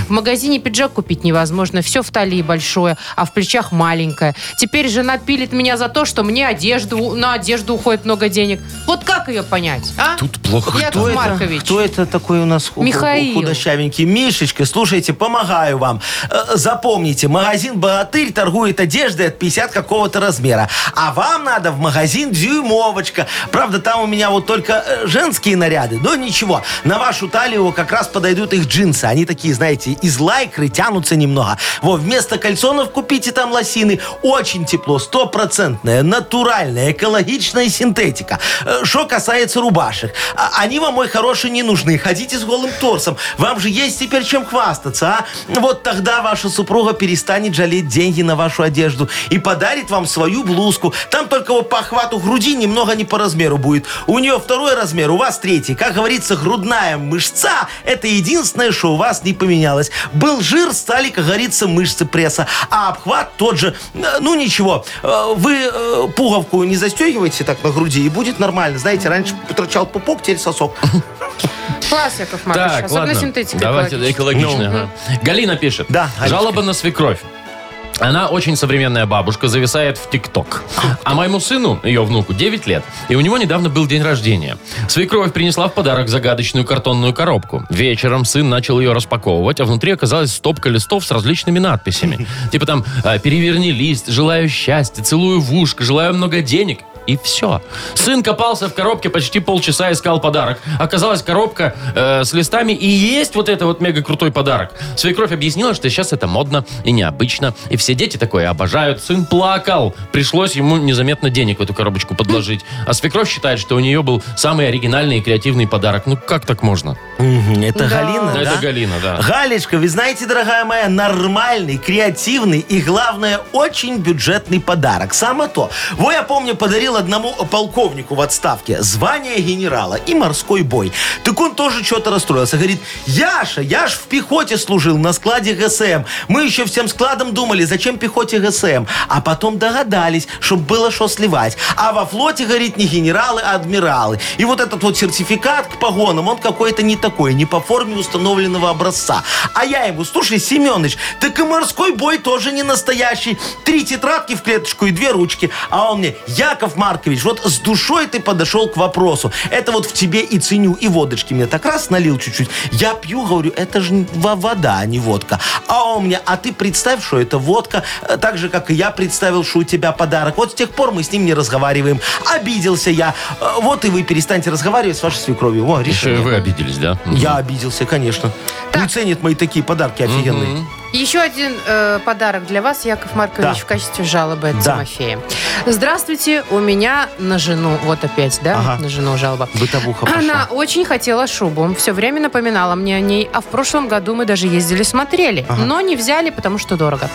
Speaker 3: В магазине пиджак купить невозможно. Все в талии большое, а в плечах маленькое. Теперь жена пилит меня за то, что мне одежду, на одежду уходит много денег. Вот как ее понять, а?
Speaker 2: Тут плохо.
Speaker 3: Яков
Speaker 4: Кто это,
Speaker 3: Маркович.
Speaker 4: кто это такой у нас ху-
Speaker 3: Михаил.
Speaker 4: ху- худощавенький? Мишечка, слушайте, помогаю вам. Э, Запомните, магазин «Богатырь» торгует одеждой от 50 какого-то размера. А вам надо в магазин «Дюймовочка». Правда, там у меня вот только э, женские наряды, но ничего. На вашу талию как раз подойдут их джинсы. Они такие, знаете, из лайкры тянутся немного. Вот, вместо кальсонов купите там лосины. Очень тепло, стопроцентное, натуральное, экологичная синтетика. Э, Что касается рубашек, а- они вам, мой хороший, не нужны. Ходите с голым торсом. Вам же есть теперь чем хвастаться, а? Вот тогда ваша супруга перестанет жалеть деньги на вашу одежду и подарит вам свою блузку. Там только вот по охвату груди немного не по размеру будет. У нее второй размер, у вас третий. Как говорится, грудная мышца – это единственное, что у вас не поменялось. Был жир, стали, как говорится, мышцы пресса. А обхват тот же. Э, Ну, ничего. Э, Вы э, пуговку не застегиваете так на груди, и будет нормально. Знаете, раньше торчал пупок, теперь сосок.
Speaker 3: Класс, Яков Маркович.
Speaker 2: Так,
Speaker 3: Особенно
Speaker 2: ладно.
Speaker 3: синтетика.
Speaker 2: Давайте
Speaker 3: экологичная.
Speaker 2: экологично. ага. Галина пишет.
Speaker 4: Да, Галечка.
Speaker 2: Жалоба на свекровь. Она очень современная бабушка, зависает в ТикТок. А моему сыну, ее внуку, 9 лет, и у него недавно был день рождения. Свекровь принесла в подарок загадочную картонную коробку. Вечером сын начал ее распаковывать, а внутри оказалась стопка листов с различными надписями. Типа там э, «Переверни лист», «Желаю счастья», «Целую в ушко», «Желаю много денег». И все. Сын копался в коробке почти полчаса, искал подарок. Оказалась коробка э, с листами и есть вот это вот мега крутой подарок. Свекровь объяснила, что сейчас это модно и необычно. И все дети такое обожают. Сын плакал. Пришлось ему незаметно денег в эту коробочку подложить. А свекровь считает, что у нее был самый оригинальный и креативный подарок. Ну как так можно?
Speaker 4: Это Галина,
Speaker 2: Ну, Это
Speaker 4: да?
Speaker 2: Галина, да.
Speaker 4: Галечка, вы знаете, дорогая моя, нормальный, креативный и, главное, очень бюджетный подарок. Само то. Во, я помню, подарил присвоил одному полковнику в отставке звание генерала и морской бой. Так он тоже что-то расстроился. Говорит, Яша, я ж в пехоте служил на складе ГСМ. Мы еще всем складом думали, зачем пехоте ГСМ. А потом догадались, чтобы было что сливать. А во флоте, говорит, не генералы, а адмиралы. И вот этот вот сертификат к погонам, он какой-то не такой, не по форме установленного образца. А я ему, слушай, Семеныч, так и морской бой тоже не настоящий. Три тетрадки в клеточку и две ручки. А он мне, Яков Маркович, вот с душой ты подошел к вопросу. Это вот в тебе и ценю, и водочки мне так раз налил чуть-чуть. Я пью, говорю, это же не- во- вода, а не водка. А он мне, а ты представь, что это водка, э, так же, как и я представил, что у тебя подарок. Вот с тех пор мы с ним не разговариваем. Обиделся я. Э, Вот и вы перестаньте разговаривать с вашей свекровью. Во,
Speaker 2: Еще и
Speaker 4: решили.
Speaker 2: вы обиделись, да?
Speaker 4: Я обиделся, конечно. Не ценит мои такие подарки офигенные.
Speaker 3: Еще один э, подарок для вас, Яков Маркович,
Speaker 4: Да.
Speaker 3: в качестве жалобы от
Speaker 4: Да.
Speaker 3: Тимофея. Здравствуйте, у меня на жену, вот опять, да,
Speaker 4: Ага.
Speaker 3: на жену жалоба.
Speaker 4: Бытовуха пошла.
Speaker 3: Она очень хотела шубу, все время напоминала мне о ней, а в прошлом году мы даже ездили, смотрели, но не взяли, потому что дорого.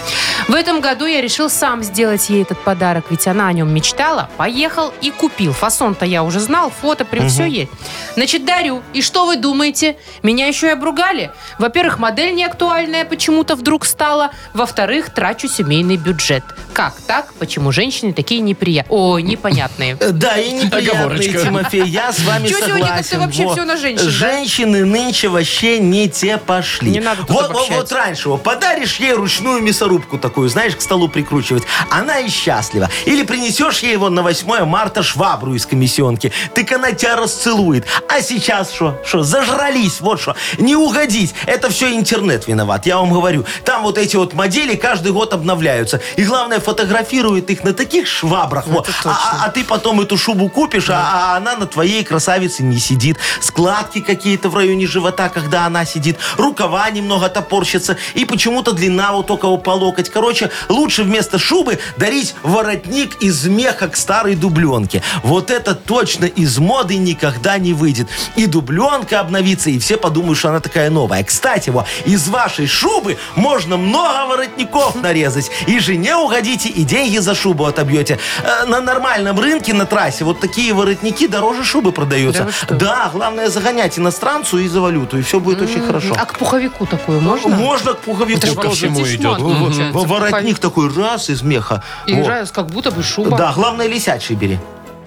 Speaker 3: В этом году я решил сам сделать ей этот подарок, ведь она о нем мечтала, поехал и купил. Фасон-то я уже знал, фото, прям все есть. Значит, дарю. И что вы думаете? Меня еще и обругали. Во-первых, модель не актуальная почему-то вдруг стала. Во-вторых, трачу семейный бюджет. Как так? Почему женщины такие неприятные? О, непонятные.
Speaker 4: Э, Да, и неприятные,
Speaker 2: Оговорочка.
Speaker 4: Тимофей, я с вами
Speaker 3: Чё сегодня
Speaker 4: согласен.
Speaker 3: как-то вообще
Speaker 4: Во.
Speaker 3: всё на женщин, да?
Speaker 4: Женщины нынче вообще не те пошли.
Speaker 3: Не надо тут
Speaker 4: вот, вот,
Speaker 3: обобщать.
Speaker 4: вот раньше, вот, подаришь ей ручную мясорубку такую, знаешь, к столу прикручивать, она и счастлива. Или принесешь ей его на 8 марта швабру из комиссионки, так она тебя расцелует. А сейчас что? Что, зажрались, вот что. Не угодить. Это все интернет виноват, я вам говорю. Там вот эти вот модели каждый год обновляются. И главное, фотографируют их на таких швабрах. во. А- а- а ты потом эту шубу купишь, а, а она на твоей красавице не сидит. Складки какие-то в районе живота, когда она сидит. Рукава немного топорщатся. И почему-то длина вот только по локоть. Короче, лучше вместо шубы дарить воротник из меха к старой дубленке. Вот это точно из моды никогда не выйдет. И дубленка обновится, и все подумают, что она такая новая. Кстати, во, из вашей шубы можно много воротников нарезать. И жене угодите, и деньги за шубу отобьете. Э, На нормальном рынке, на трассе, вот такие воротники дороже шубы
Speaker 3: Да
Speaker 4: продаются.
Speaker 3: вы что?
Speaker 4: Да, главное загонять иностранцу и за валюту, и все будет очень хорошо.
Speaker 3: А к пуховику такую можно?
Speaker 4: Можно к пуговику
Speaker 2: ж ко
Speaker 4: тоже.
Speaker 2: всему
Speaker 3: Дешман
Speaker 2: идет.
Speaker 3: получается,
Speaker 4: Во-
Speaker 3: пуховик.
Speaker 4: Воротник такой, раз, из меха.
Speaker 3: И
Speaker 4: Во.
Speaker 3: раз, как будто бы шуба.
Speaker 4: Да, главное лисячий бери.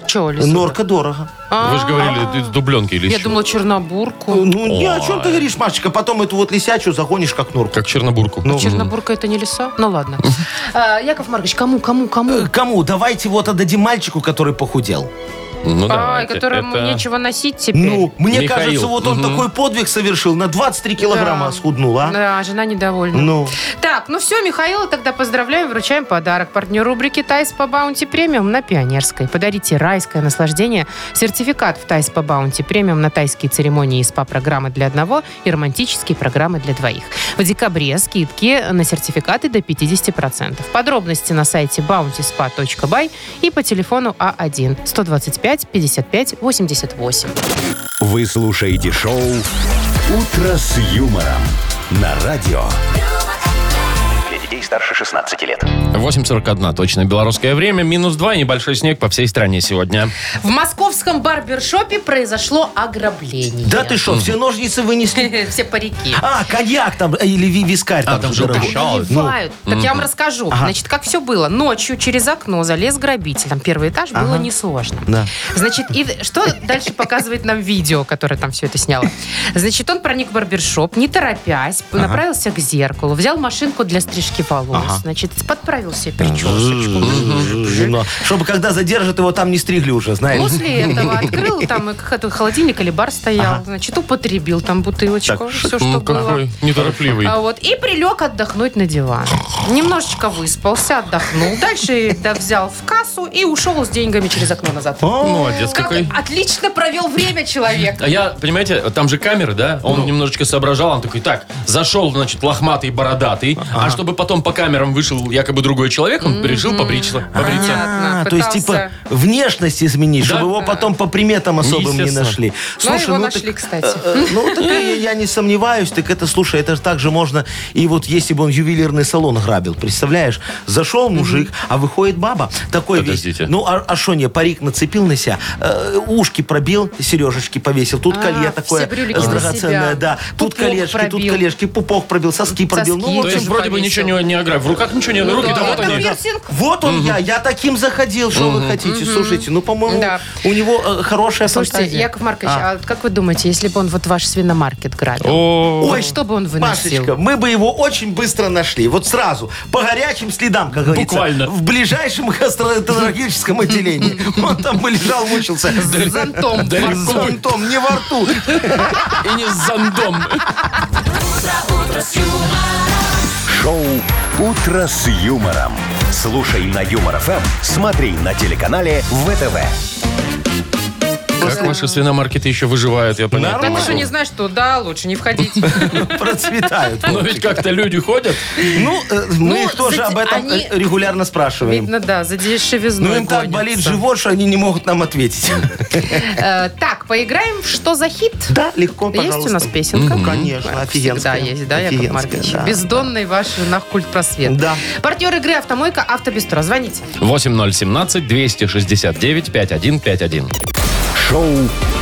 Speaker 3: Чё, Лиза?
Speaker 4: Норка дорого.
Speaker 2: Вы же говорили, из дубленки или
Speaker 3: А, Я
Speaker 2: из чего?
Speaker 3: думала, чернобурку.
Speaker 4: Ну, не, о чем ты говоришь, Машечка? Потом эту вот лисячую загонишь как норку.
Speaker 2: Как чернобурку.
Speaker 4: Ну,
Speaker 3: Чернобурка это не леса? Ну ладно. А, Яков Маркович, кому, кому,
Speaker 4: Э,
Speaker 3: кому?
Speaker 4: Кому? Давайте вот отдадим мальчику, который похудел.
Speaker 2: Ну,
Speaker 3: Ай,
Speaker 2: давайте.
Speaker 3: которому
Speaker 2: Это-
Speaker 3: нечего носить теперь.
Speaker 4: Ну, мне
Speaker 2: Михаил.
Speaker 4: кажется, вот он
Speaker 2: Мгм.
Speaker 4: такой подвиг совершил. На 23 килограмма
Speaker 3: Да.
Speaker 4: схуднул, а?
Speaker 3: Да, жена недовольна.
Speaker 4: Ну,
Speaker 3: Так, ну все, Михаила тогда поздравляем, вручаем подарок. Партнер рубрики «Тайс по баунти премиум» на Пионерской. Подарите райское наслаждение, сертификат в «Тайс по баунти премиум» на тайские церемонии и СПА-программы для одного и романтические программы для двоих. В декабре скидки на сертификаты до 50%. Подробности на сайте bountyspa.by и по телефону А А1-125-55-88.
Speaker 1: Вы слушаете шоу «Утро с юмором» на радио.
Speaker 5: Для детей старше 16 лет.
Speaker 2: 8.41 точно белорусское время. Минус 2 и небольшой снег по всей стране сегодня.
Speaker 3: В московском барбершопе произошло ограбление.
Speaker 4: да ты что, все ножницы вынесли?
Speaker 3: Все парики.
Speaker 4: А, коньяк там, э, или ви- вискарь там.
Speaker 2: там
Speaker 4: же
Speaker 2: желтый
Speaker 4: дорогой.
Speaker 2: щ- Пищал.
Speaker 3: Наливают. А, Так я вам расскажу. Значит, как все было. Ночью через окно залез грабитель. Там первый этаж было несложно.
Speaker 4: Да.
Speaker 3: Значит, и что дальше показывает нам видео, которое там все это сняло? Значит, он проник в барбершоп, не торопясь, направился к зеркалу, взял машинку для стрижки волос, значит, подправил себе прическу.
Speaker 4: Но, Чтобы когда задержат его, там не стригли уже, знаешь.
Speaker 3: После этого открыл там и какой-то холодильник или бар стоял, значит, употребил там бутылочку, все, что
Speaker 2: М,
Speaker 3: было.
Speaker 2: Какой неторопливый.
Speaker 3: А вот, и прилег отдохнуть на диван. Немножечко выспался, отдохнул. Дальше да, взял в кассу и ушел с деньгами через окно назад.
Speaker 2: Молодец
Speaker 3: Как
Speaker 2: какой.
Speaker 3: отлично провел время человек. Ну,
Speaker 2: А я, понимаете, там же камеры, да? Он немножечко соображал, он такой, так, зашел, значит, лохматый, бородатый, а чтобы потом потом по камерам вышел якобы другой человек, он решил побриться. побриться.
Speaker 3: Понятно.
Speaker 4: А, то есть,
Speaker 3: Пытался.
Speaker 4: типа, внешность изменить, чтобы его потом по приметам особым не
Speaker 2: Естественно.
Speaker 4: нашли.
Speaker 3: Ну, его
Speaker 4: ну так,
Speaker 3: нашли, кстати.
Speaker 4: э, ну, так и я не сомневаюсь, так это, слушай, это же так же можно, и вот если бы он ювелирный салон грабил, представляешь? Зашел мужик, а выходит баба. Такой весь,
Speaker 2: Подождите.
Speaker 4: Ну, а а шо не, парик нацепил на себя, э, ушки пробил, сережечки повесил, тут
Speaker 3: А,
Speaker 4: колье
Speaker 3: все
Speaker 4: такое
Speaker 3: брюлики на себя.
Speaker 4: драгоценное, да. Тут
Speaker 3: Пупок
Speaker 4: колечки, тут
Speaker 3: пробил.
Speaker 4: колечки, пупок пробил, соски пробил. Ну,
Speaker 3: Соски.
Speaker 4: в
Speaker 2: То
Speaker 4: общем,
Speaker 2: есть
Speaker 3: тоже
Speaker 2: вроде бы
Speaker 3: повесил.
Speaker 2: ничего не, не ограбил. В руках ничего не, руки, да,
Speaker 3: Ну, да,
Speaker 2: вот
Speaker 3: это
Speaker 2: они.
Speaker 3: пирсинг.
Speaker 4: Вот он я, я таким заходил, что вы хотите. Слушайте, ну, по-моему,
Speaker 3: Да.
Speaker 4: у него э, хорошая
Speaker 3: Слушайте,
Speaker 4: фантазия.
Speaker 3: Яков Маркович, а. вот как вы думаете, если бы он вот ваш свиномаркет грабил?
Speaker 2: О,
Speaker 3: Ой, что бы он выносил?
Speaker 4: Машечка, мы бы его очень быстро нашли. Вот сразу. По горячим следам, как говорится.
Speaker 2: Буквально.
Speaker 4: В ближайшем гастрологическом отделении. Он там бы лежал, мучился.
Speaker 3: С зонтом.
Speaker 2: Да,
Speaker 4: С зонтом не во рту.
Speaker 2: и не с зондом.
Speaker 1: Шоу «Утро с юмором». Слушай на Юмор ФМ, смотри на телеканале ВТВ.
Speaker 2: Как ваши свиномаркеты еще выживают, я понимаю.
Speaker 3: Так ты что, не знаешь, что да, лучше не входить.
Speaker 4: Процветают.
Speaker 2: Но ведь как-то люди ходят.
Speaker 4: Ну, э, мы
Speaker 3: Ну,
Speaker 4: их тоже
Speaker 3: зате
Speaker 4: об этом
Speaker 3: они-
Speaker 4: э, регулярно спрашиваем.
Speaker 3: Видно, да, за дешевизну.
Speaker 4: Ну, им так болит живот, что они не могут нам ответить.
Speaker 3: Так, поиграем в «Что за хит?»
Speaker 4: Да, легко, пожалуйста.
Speaker 3: Есть у нас песенка?
Speaker 4: Конечно,
Speaker 3: Всегда
Speaker 4: офигенская.
Speaker 3: есть, да, Яков
Speaker 4: Офигенская,
Speaker 3: Маркович?
Speaker 4: да.
Speaker 3: Бездонный ваш нах культ просвет.
Speaker 4: Да.
Speaker 3: Партнер игры «Автомойка» «Автобестро». Звоните.
Speaker 2: 8017-269-5151.
Speaker 1: Шоу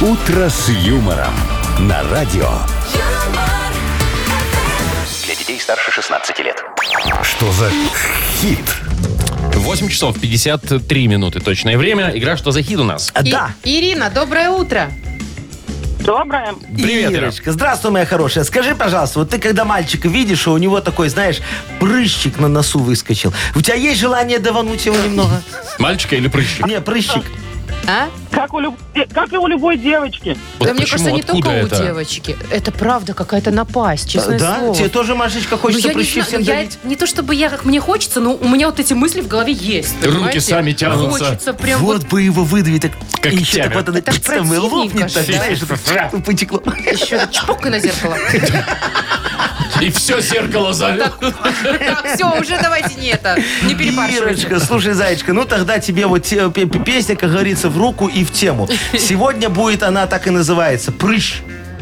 Speaker 1: «Утро с юмором» на радио.
Speaker 5: Для детей старше 16 лет.
Speaker 1: Что за хит?
Speaker 2: 8 часов 53 минуты точное время. Игра «Что за хит» у нас?
Speaker 4: А,
Speaker 3: И-
Speaker 4: Да.
Speaker 3: Ирина, доброе утро.
Speaker 8: Доброе.
Speaker 2: Привет, Ира.
Speaker 4: Ирочка, здравствуй, моя хорошая. Скажи, пожалуйста, вот ты когда мальчика видишь, а у него такой, знаешь, прыщик на носу выскочил. У тебя есть желание давануть его немного?
Speaker 2: Мальчика или прыщик?
Speaker 4: Не, прыщик.
Speaker 3: А?
Speaker 8: Как у, люб- де- как и у любой девочки.
Speaker 2: Вот
Speaker 3: да мне
Speaker 2: почему,
Speaker 3: кажется, не
Speaker 2: откуда
Speaker 3: только у
Speaker 2: это?
Speaker 3: девочки. Это правда какая-то напасть, честное
Speaker 4: Да?
Speaker 3: слово.
Speaker 4: Тебе тоже, Машечка,
Speaker 3: Ну,
Speaker 4: хочется
Speaker 3: я не,
Speaker 4: прыщи
Speaker 3: знаю,
Speaker 4: всем
Speaker 3: я-
Speaker 4: давить?
Speaker 3: не то чтобы я как мне хочется, но у меня вот эти мысли в голове есть.
Speaker 2: Руки
Speaker 3: понимаете?
Speaker 2: сами тянутся.
Speaker 3: Хочется прям
Speaker 4: вот
Speaker 3: вот,
Speaker 4: бы его выдавить так,
Speaker 2: Как
Speaker 4: и еще
Speaker 2: тяга.
Speaker 4: так вот она
Speaker 3: Это
Speaker 4: там и
Speaker 3: противненько,
Speaker 4: лопнет, так,
Speaker 3: что-то.
Speaker 4: знаешь, это потекло.
Speaker 3: еще чпокай на зеркало.
Speaker 2: И все зеркало залил.
Speaker 3: Ну, Так, все, уже давайте не это. Не перепаршивайте.
Speaker 4: Ирочка, слушай, Зайчка, ну тогда тебе вот те- пе- пе- песня, как говорится, в руку и в тему. Сегодня будет она так и называется. Прыщ.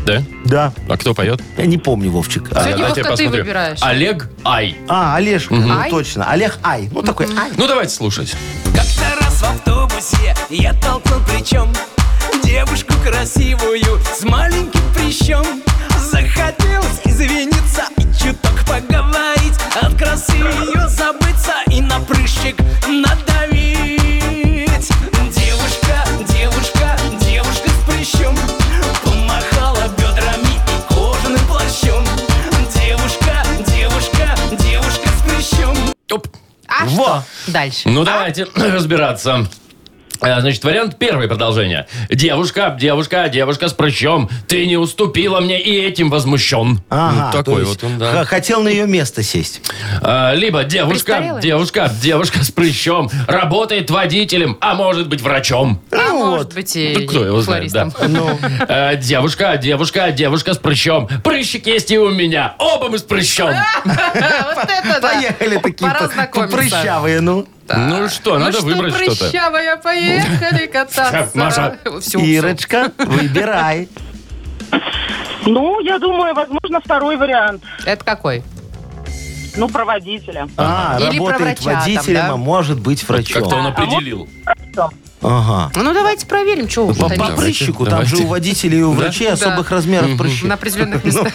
Speaker 2: Да?
Speaker 4: Да,
Speaker 2: А кто поет?
Speaker 4: я не помню, Вовчик. А,
Speaker 3: Сегодня
Speaker 2: Давайте
Speaker 3: Вовка,
Speaker 2: я
Speaker 3: ты
Speaker 2: посмотрю.
Speaker 3: выбираешь.
Speaker 2: Олег Ай.
Speaker 4: А, Олежка, ну
Speaker 3: Ай.
Speaker 4: точно. Олег Ай. Ну такой Ай.
Speaker 2: Ну, давайте слушать.
Speaker 9: Как-то раз в автобусе я толкнул причем Девушку красивую с маленьким прищем Захотелось извиниться и чуток поговорить От красы ее забыться и на прыщик надавить Девушка, девушка, девушка с прыщом Помахала бедрами и кожаным плащом Девушка, девушка, девушка с прыщом
Speaker 2: Оп.
Speaker 3: А
Speaker 4: Во.
Speaker 3: что? Дальше.
Speaker 2: Ну, давайте
Speaker 3: А?
Speaker 2: разбираться. Э, Значит, вариант первый продолжение. Девушка, девушка, девушка с прыщом, ты не уступила мне и этим возмущен.
Speaker 4: Ага,
Speaker 2: Ну, такой
Speaker 4: то есть
Speaker 2: вот он, да.
Speaker 4: х- Хотел на ее место сесть.
Speaker 2: А, либо девушка,
Speaker 3: Престарелая?
Speaker 2: девушка, девушка с прыщом, работает водителем, а может быть врачом.
Speaker 3: А
Speaker 4: Ну
Speaker 3: может
Speaker 4: вот.
Speaker 3: быть и
Speaker 2: Да кто его знает, да.
Speaker 3: флористом.
Speaker 2: Э, Девушка, девушка, девушка с прыщом. Прыщик есть и у меня. Оба мы с прыщом.
Speaker 3: А Вот это да.
Speaker 4: Поехали такие
Speaker 3: Пора
Speaker 4: по-
Speaker 3: знакомиться.
Speaker 4: прыщавые, ну.
Speaker 2: Ну что, надо
Speaker 3: ну
Speaker 2: выбрать
Speaker 3: что,
Speaker 2: что-то.
Speaker 3: прыщавая, поехали кататься.
Speaker 2: Так, Маша.
Speaker 3: Всё,
Speaker 4: Ирочка, выбирай.
Speaker 8: Ну, я думаю, возможно, второй вариант.
Speaker 3: всё. Это какой?
Speaker 8: Ну, проводителя.
Speaker 4: А,
Speaker 3: Или про
Speaker 4: работает
Speaker 3: врача там,
Speaker 4: водителем,
Speaker 3: да?
Speaker 4: а может быть
Speaker 2: Как-то
Speaker 4: врачом.
Speaker 2: он определил.
Speaker 4: Ага.
Speaker 3: Ну, давайте проверим, что
Speaker 4: По,
Speaker 3: уж.
Speaker 4: по
Speaker 2: Давайте,
Speaker 4: прыщику, там
Speaker 2: давайте.
Speaker 4: же у водителей и у
Speaker 2: Да?
Speaker 4: врачей
Speaker 3: Да.
Speaker 4: особых размеров прыщи.
Speaker 3: На определенных местах.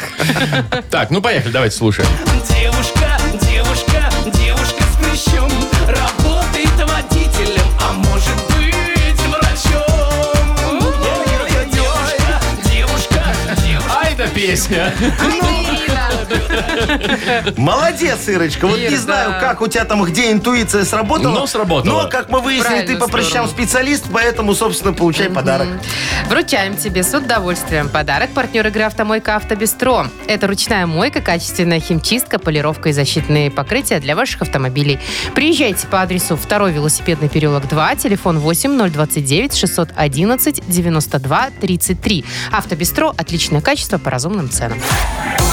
Speaker 2: Так, ну поехали, давайте слушаем.
Speaker 9: Девушка, девушка, девушка с прыщом Работает водителем, а может быть врачом Ой-ой-ой, Девушка, девушка, девушка
Speaker 2: Ай, да А песня.
Speaker 4: Ну, Молодец, Ирочка. Вот
Speaker 3: Ир,
Speaker 4: не знаю,
Speaker 3: да.
Speaker 4: как у тебя там, где интуиция сработала.
Speaker 2: Но сработала.
Speaker 4: Но, как мы выяснили,
Speaker 3: Правильно,
Speaker 4: ты по прыщам
Speaker 3: здорово.
Speaker 4: специалист, поэтому, собственно, получай подарок.
Speaker 3: Вручаем тебе с удовольствием подарок. Партнер игры «Автомойка Автобестро». Это ручная мойка, качественная химчистка, полировка и защитные покрытия для ваших автомобилей. Приезжайте по адресу 2 велосипедный переулок 2, телефон 8 029 611 92 33. «Автобестро» – отличное качество по разумным ценам.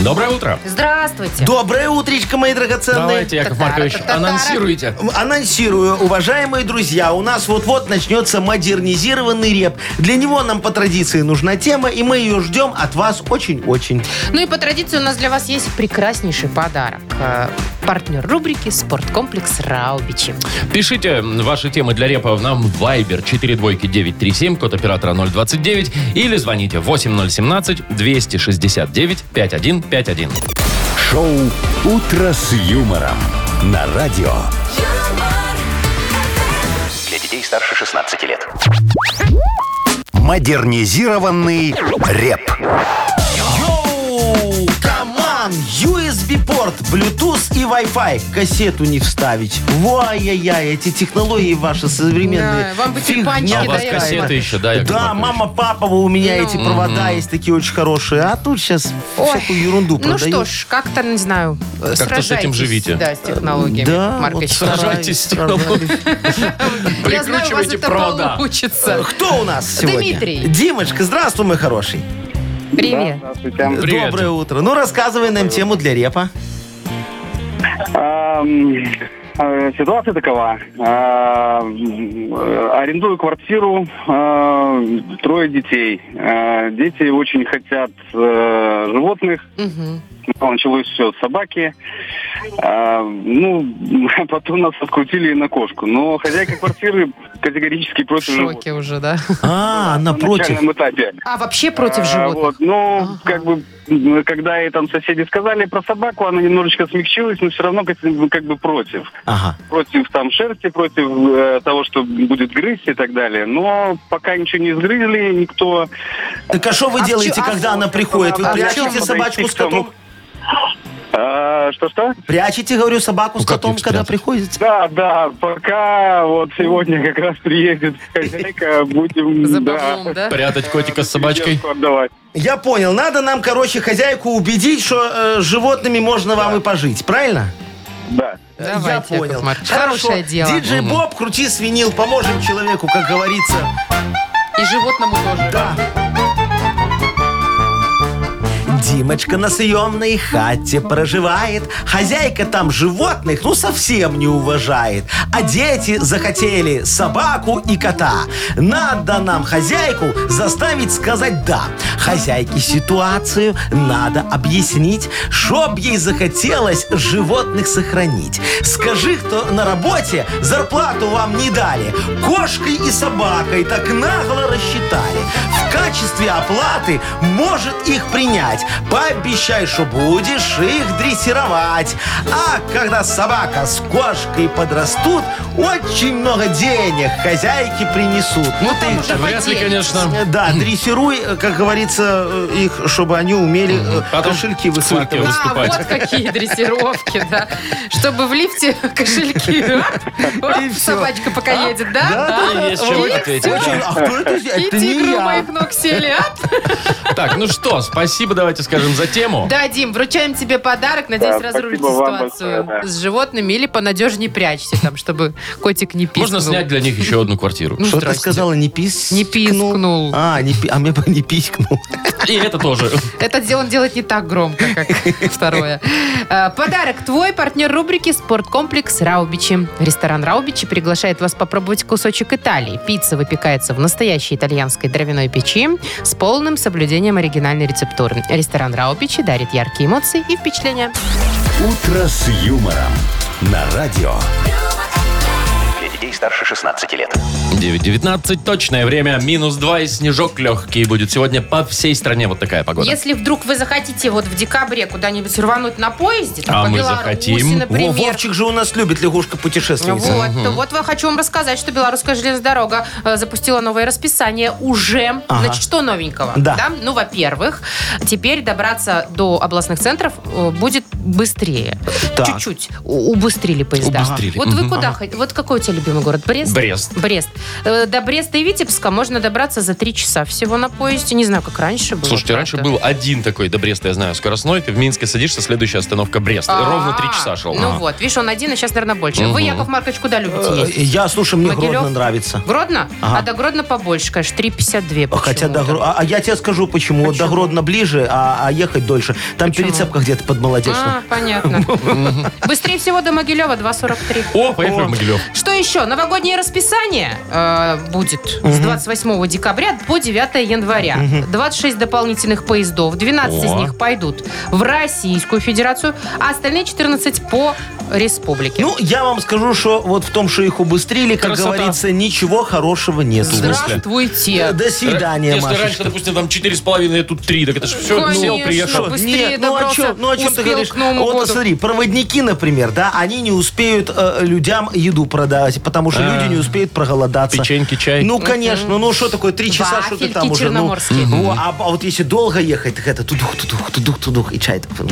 Speaker 2: Доброе утро.
Speaker 3: Здравствуйте.
Speaker 4: Доброе утречко, мои драгоценные.
Speaker 2: Давайте, Яков
Speaker 3: Татара,
Speaker 2: Маркович,
Speaker 3: татара.
Speaker 2: анонсируйте.
Speaker 4: Анонсирую, уважаемые друзья, у нас вот-вот начнется модернизированный реп. Для него нам по традиции нужна тема, и мы ее ждем от вас очень-очень.
Speaker 3: Ну и по традиции у нас для вас есть прекраснейший подарок. Э, Партнер рубрики «Спорткомплекс Раубичи».
Speaker 2: Пишите ваши темы для репа в нам в Viber 42937, код оператора 029, или звоните 8017-269-5151.
Speaker 1: Шоу «Утро с юмором» на радио.
Speaker 5: Для детей старше 16 лет.
Speaker 1: Модернизированный реп.
Speaker 4: Йоу, каман, USB-порт, Bluetooth и Wi-Fi. Кассету не вставить. Во-яй-яй, эти технологии ваши современные.
Speaker 3: Да, вам бы
Speaker 4: Фигня
Speaker 3: тюльпанчики
Speaker 2: А у вас
Speaker 4: такая.
Speaker 2: кассеты еще, да, Яков
Speaker 4: Да,
Speaker 2: Маркович?
Speaker 4: мама папа, у меня
Speaker 3: Ну.
Speaker 4: эти провода есть такие очень хорошие. А тут сейчас
Speaker 3: Ой,
Speaker 4: всякую ерунду
Speaker 3: Ну
Speaker 4: продают.
Speaker 3: что ж, как-то, не знаю, э,
Speaker 2: Как-то с этим
Speaker 3: сражайтесь,
Speaker 2: живите.
Speaker 3: Да, с технологиями,
Speaker 4: Да,
Speaker 3: Маркович.
Speaker 4: вот стараюсь,
Speaker 2: Сражайтесь с
Speaker 4: стараюсь.
Speaker 3: Я знаю, у вас
Speaker 2: Прикручивайте
Speaker 3: это
Speaker 2: провода.
Speaker 3: получится.
Speaker 4: Кто у нас сегодня?
Speaker 3: Дмитрий.
Speaker 4: Димочка, здравствуй, мой хороший.
Speaker 3: Привет.
Speaker 6: Здравствуйте.
Speaker 2: Привет.
Speaker 4: Доброе утро. Ну, рассказывай нам тему для репа.
Speaker 6: Эм, э, Ситуация такова. Эм, э, Арендую квартиру, э, трое детей. Э, Дети очень хотят э, животных.
Speaker 3: Мгм.
Speaker 6: Сначала Началось все с собаки. Э, Ну, потом нас открутили на кошку. Но хозяйка квартиры категорически
Speaker 3: В
Speaker 6: против животных.
Speaker 3: шоке уже, да.
Speaker 4: А,
Speaker 6: В
Speaker 4: напротив.
Speaker 6: начальном этапе.
Speaker 3: А вообще против
Speaker 6: А,
Speaker 3: животных?
Speaker 6: Вот, ну,
Speaker 3: Ага.
Speaker 6: как бы, м, когда ей там соседи сказали про собаку, она немножечко смягчилась, но все равно как, как бы против.
Speaker 4: Ага.
Speaker 6: Против там шерсти, против э, того, что будет грызть и так далее. Но пока ничего не сгрызли, никто...
Speaker 4: Так а что вы
Speaker 3: А в
Speaker 4: делаете,
Speaker 3: чё- а
Speaker 4: когда
Speaker 3: в-
Speaker 4: она приходит? Вы
Speaker 3: а в чём
Speaker 4: прячете
Speaker 3: подойти
Speaker 4: собачку
Speaker 6: к
Speaker 4: с котом?
Speaker 6: А, Что-что?
Speaker 4: Прячете, говорю, собаку
Speaker 2: Ну,
Speaker 4: с
Speaker 2: как
Speaker 4: котом,
Speaker 2: их
Speaker 4: когда
Speaker 2: спрятать?
Speaker 4: приходите?
Speaker 6: Да, да, пока вот сегодня как раз приедет хозяйка, будем...
Speaker 3: За
Speaker 6: да,
Speaker 3: баблом, да?
Speaker 2: Прятать котика с собачкой.
Speaker 6: девочку отдавать.
Speaker 4: Я понял. Надо нам, короче, хозяйку убедить, что э, с животными можно вам и пожить. Правильно? Э,
Speaker 6: Да.
Speaker 3: Давайте,
Speaker 4: Я
Speaker 3: Яков
Speaker 4: понял.
Speaker 3: Маркович.
Speaker 4: Хорошо.
Speaker 3: Хорошее дело.
Speaker 4: Диджей Боб, крути свинил, поможем человеку, как говорится.
Speaker 3: И животному тоже.
Speaker 4: Да. Димочка на съемной хате проживает. Хозяйка там животных, ну, совсем не уважает. А дети захотели собаку и кота. Надо нам хозяйку заставить сказать «да». Хозяйке ситуацию надо объяснить, чтоб ей захотелось животных сохранить. Скажи, кто на работе зарплату вам не дали. Кошкой и собакой так нагло рассчитали. В качестве оплаты может их принять. Пообещай, что будешь их дрессировать. А когда собака с кошкой подрастут, очень много денег хозяйки принесут. Ну ты
Speaker 3: уже
Speaker 2: Вряд ли,
Speaker 3: поделишься.
Speaker 2: конечно.
Speaker 4: Э, Да, дрессируй, э, как говорится, э, их, чтобы они умели э,
Speaker 2: Потом
Speaker 4: кошельки
Speaker 2: в цирке
Speaker 4: высматривать.
Speaker 3: А,
Speaker 2: выступать.
Speaker 3: вот какие дрессировки, да. Чтобы в лифте кошельки.
Speaker 4: И
Speaker 3: Оп,
Speaker 4: всё. А?
Speaker 3: Собачка пока едет, да?
Speaker 4: да,
Speaker 3: Да.
Speaker 2: Есть чем
Speaker 3: И
Speaker 2: ответить.
Speaker 4: Очень, а кто это?
Speaker 3: И
Speaker 4: Это не
Speaker 3: тигры у
Speaker 4: я.
Speaker 3: моих ног сели, а?
Speaker 2: Так, ну что, спасибо, давайте скажем за тему.
Speaker 3: Да, Дим, вручаем тебе подарок. Надеюсь,
Speaker 6: Да,
Speaker 3: разрулите
Speaker 6: спасибо вам
Speaker 3: ситуацию
Speaker 6: большое, да.
Speaker 3: с животными или понадежнее прячьте там, чтобы котик не пискнул.
Speaker 2: Можно снять для них еще одну квартиру.
Speaker 3: Ну,
Speaker 4: Что ты
Speaker 3: здрасте.
Speaker 4: сказала, не пискнул?
Speaker 3: Не пискнул.
Speaker 4: А, не, пи- а мне бы не пискнул.
Speaker 2: И это тоже.
Speaker 3: Это де- он делает не так громко, как второе. Э, Подарок твой, партнер рубрики «Спорткомплекс Раубичи». Ресторан Раубичи приглашает вас попробовать кусочек Италии. Пицца выпекается в настоящей итальянской дровяной печи с полным соблюдением оригинальной рецептуры. Ресторан Раубичи дарит яркие эмоции и впечатления.
Speaker 1: «Утро с юмором» на радио.
Speaker 5: Для детей старше 16 лет.
Speaker 2: 9.19, точное время, минус 2 и снежок легкий будет. Сегодня по всей стране вот такая погода.
Speaker 3: Если вдруг вы захотите вот в декабре куда-нибудь рвануть на поезде,
Speaker 2: А
Speaker 3: там, по
Speaker 2: мы
Speaker 3: Беларуси,
Speaker 2: захотим.
Speaker 4: Во,
Speaker 3: например,
Speaker 4: Вовчик же у нас любит лягушка путешественница.
Speaker 3: Вот, то вот я хочу вам рассказать, что Белорусская железная дорога э, запустила новое расписание уже.
Speaker 4: Ага.
Speaker 3: Значит, что новенького?
Speaker 4: Да.
Speaker 3: Ну, во-первых, теперь добраться до областных центров э, будет быстрее.
Speaker 4: Так.
Speaker 3: Чуть-чуть у- убыстрили поезда.
Speaker 2: Убыстрили.
Speaker 3: Вот вы
Speaker 2: Мгм.
Speaker 3: куда хот- Вот какой у тебя любимый любимый город? Брест?
Speaker 2: Брест.
Speaker 3: Брест. Э, До Бреста и Витебска можно добраться за три часа всего на поезде. Не знаю, как раньше было.
Speaker 2: Слушайте, раньше
Speaker 3: правда.
Speaker 2: был один такой до Бреста, я знаю, скоростной. Ты в Минске садишься, следующая остановка Брест. И Ровно три
Speaker 3: А,
Speaker 2: часа шел.
Speaker 3: Ну
Speaker 2: Ага.
Speaker 3: вот, видишь, он один, а сейчас, наверное, больше. Вы, Яков Маркович, куда любите
Speaker 4: Э,
Speaker 3: ездить?
Speaker 4: Я, слушай, мне
Speaker 3: Могилев?
Speaker 4: Гродно нравится.
Speaker 3: Гродно?
Speaker 4: Ага.
Speaker 3: А до Гродно побольше, конечно, 3,52
Speaker 4: А Хотя до
Speaker 3: почему-то.
Speaker 4: Гро- а, а я тебе скажу, почему. Вот до Гродно ближе, а, а ехать дольше. Там перецепка где-то под Молодечно.
Speaker 3: А, понятно. Быстрее всего до Могилева 2,43.
Speaker 2: О, поехали в Могилев.
Speaker 3: Что еще? Новогоднее расписание э, будет с 28 декабря по 9 января. 26 дополнительных поездов, 12 из
Speaker 2: О.
Speaker 3: них пойдут в Российскую Федерацию, а остальные 14 по республике.
Speaker 4: Ну, я вам скажу, что вот в том, что их убыстрили, как
Speaker 2: Красота.
Speaker 4: говорится, ничего хорошего нету.
Speaker 3: Здравствуйте.
Speaker 4: До свидания,
Speaker 2: Если раньше,
Speaker 4: Машечка.
Speaker 2: допустим, там четыре с половиной, а тут три, так это же все,
Speaker 3: Конечно.
Speaker 2: сел, приехал.
Speaker 3: Что? Быстрее
Speaker 4: Нет, ну о
Speaker 3: добрался,
Speaker 4: чем, ну о чем ты
Speaker 3: успел
Speaker 4: говоришь?
Speaker 3: к Новому
Speaker 4: вот
Speaker 3: году.
Speaker 4: смотри, проводники, например, да, они не успеют э, людям еду продать, потому что
Speaker 3: А.
Speaker 4: люди не успеют проголодаться.
Speaker 2: Печеньки, чай.
Speaker 4: Ну, конечно, ну что такое, три часа, что ты там
Speaker 3: Вафельки
Speaker 4: уже. Ну,
Speaker 3: черноморские.
Speaker 4: во, а, а вот если долго ехать, так это тудух, тудух, тудух, тудух, и чай так, м,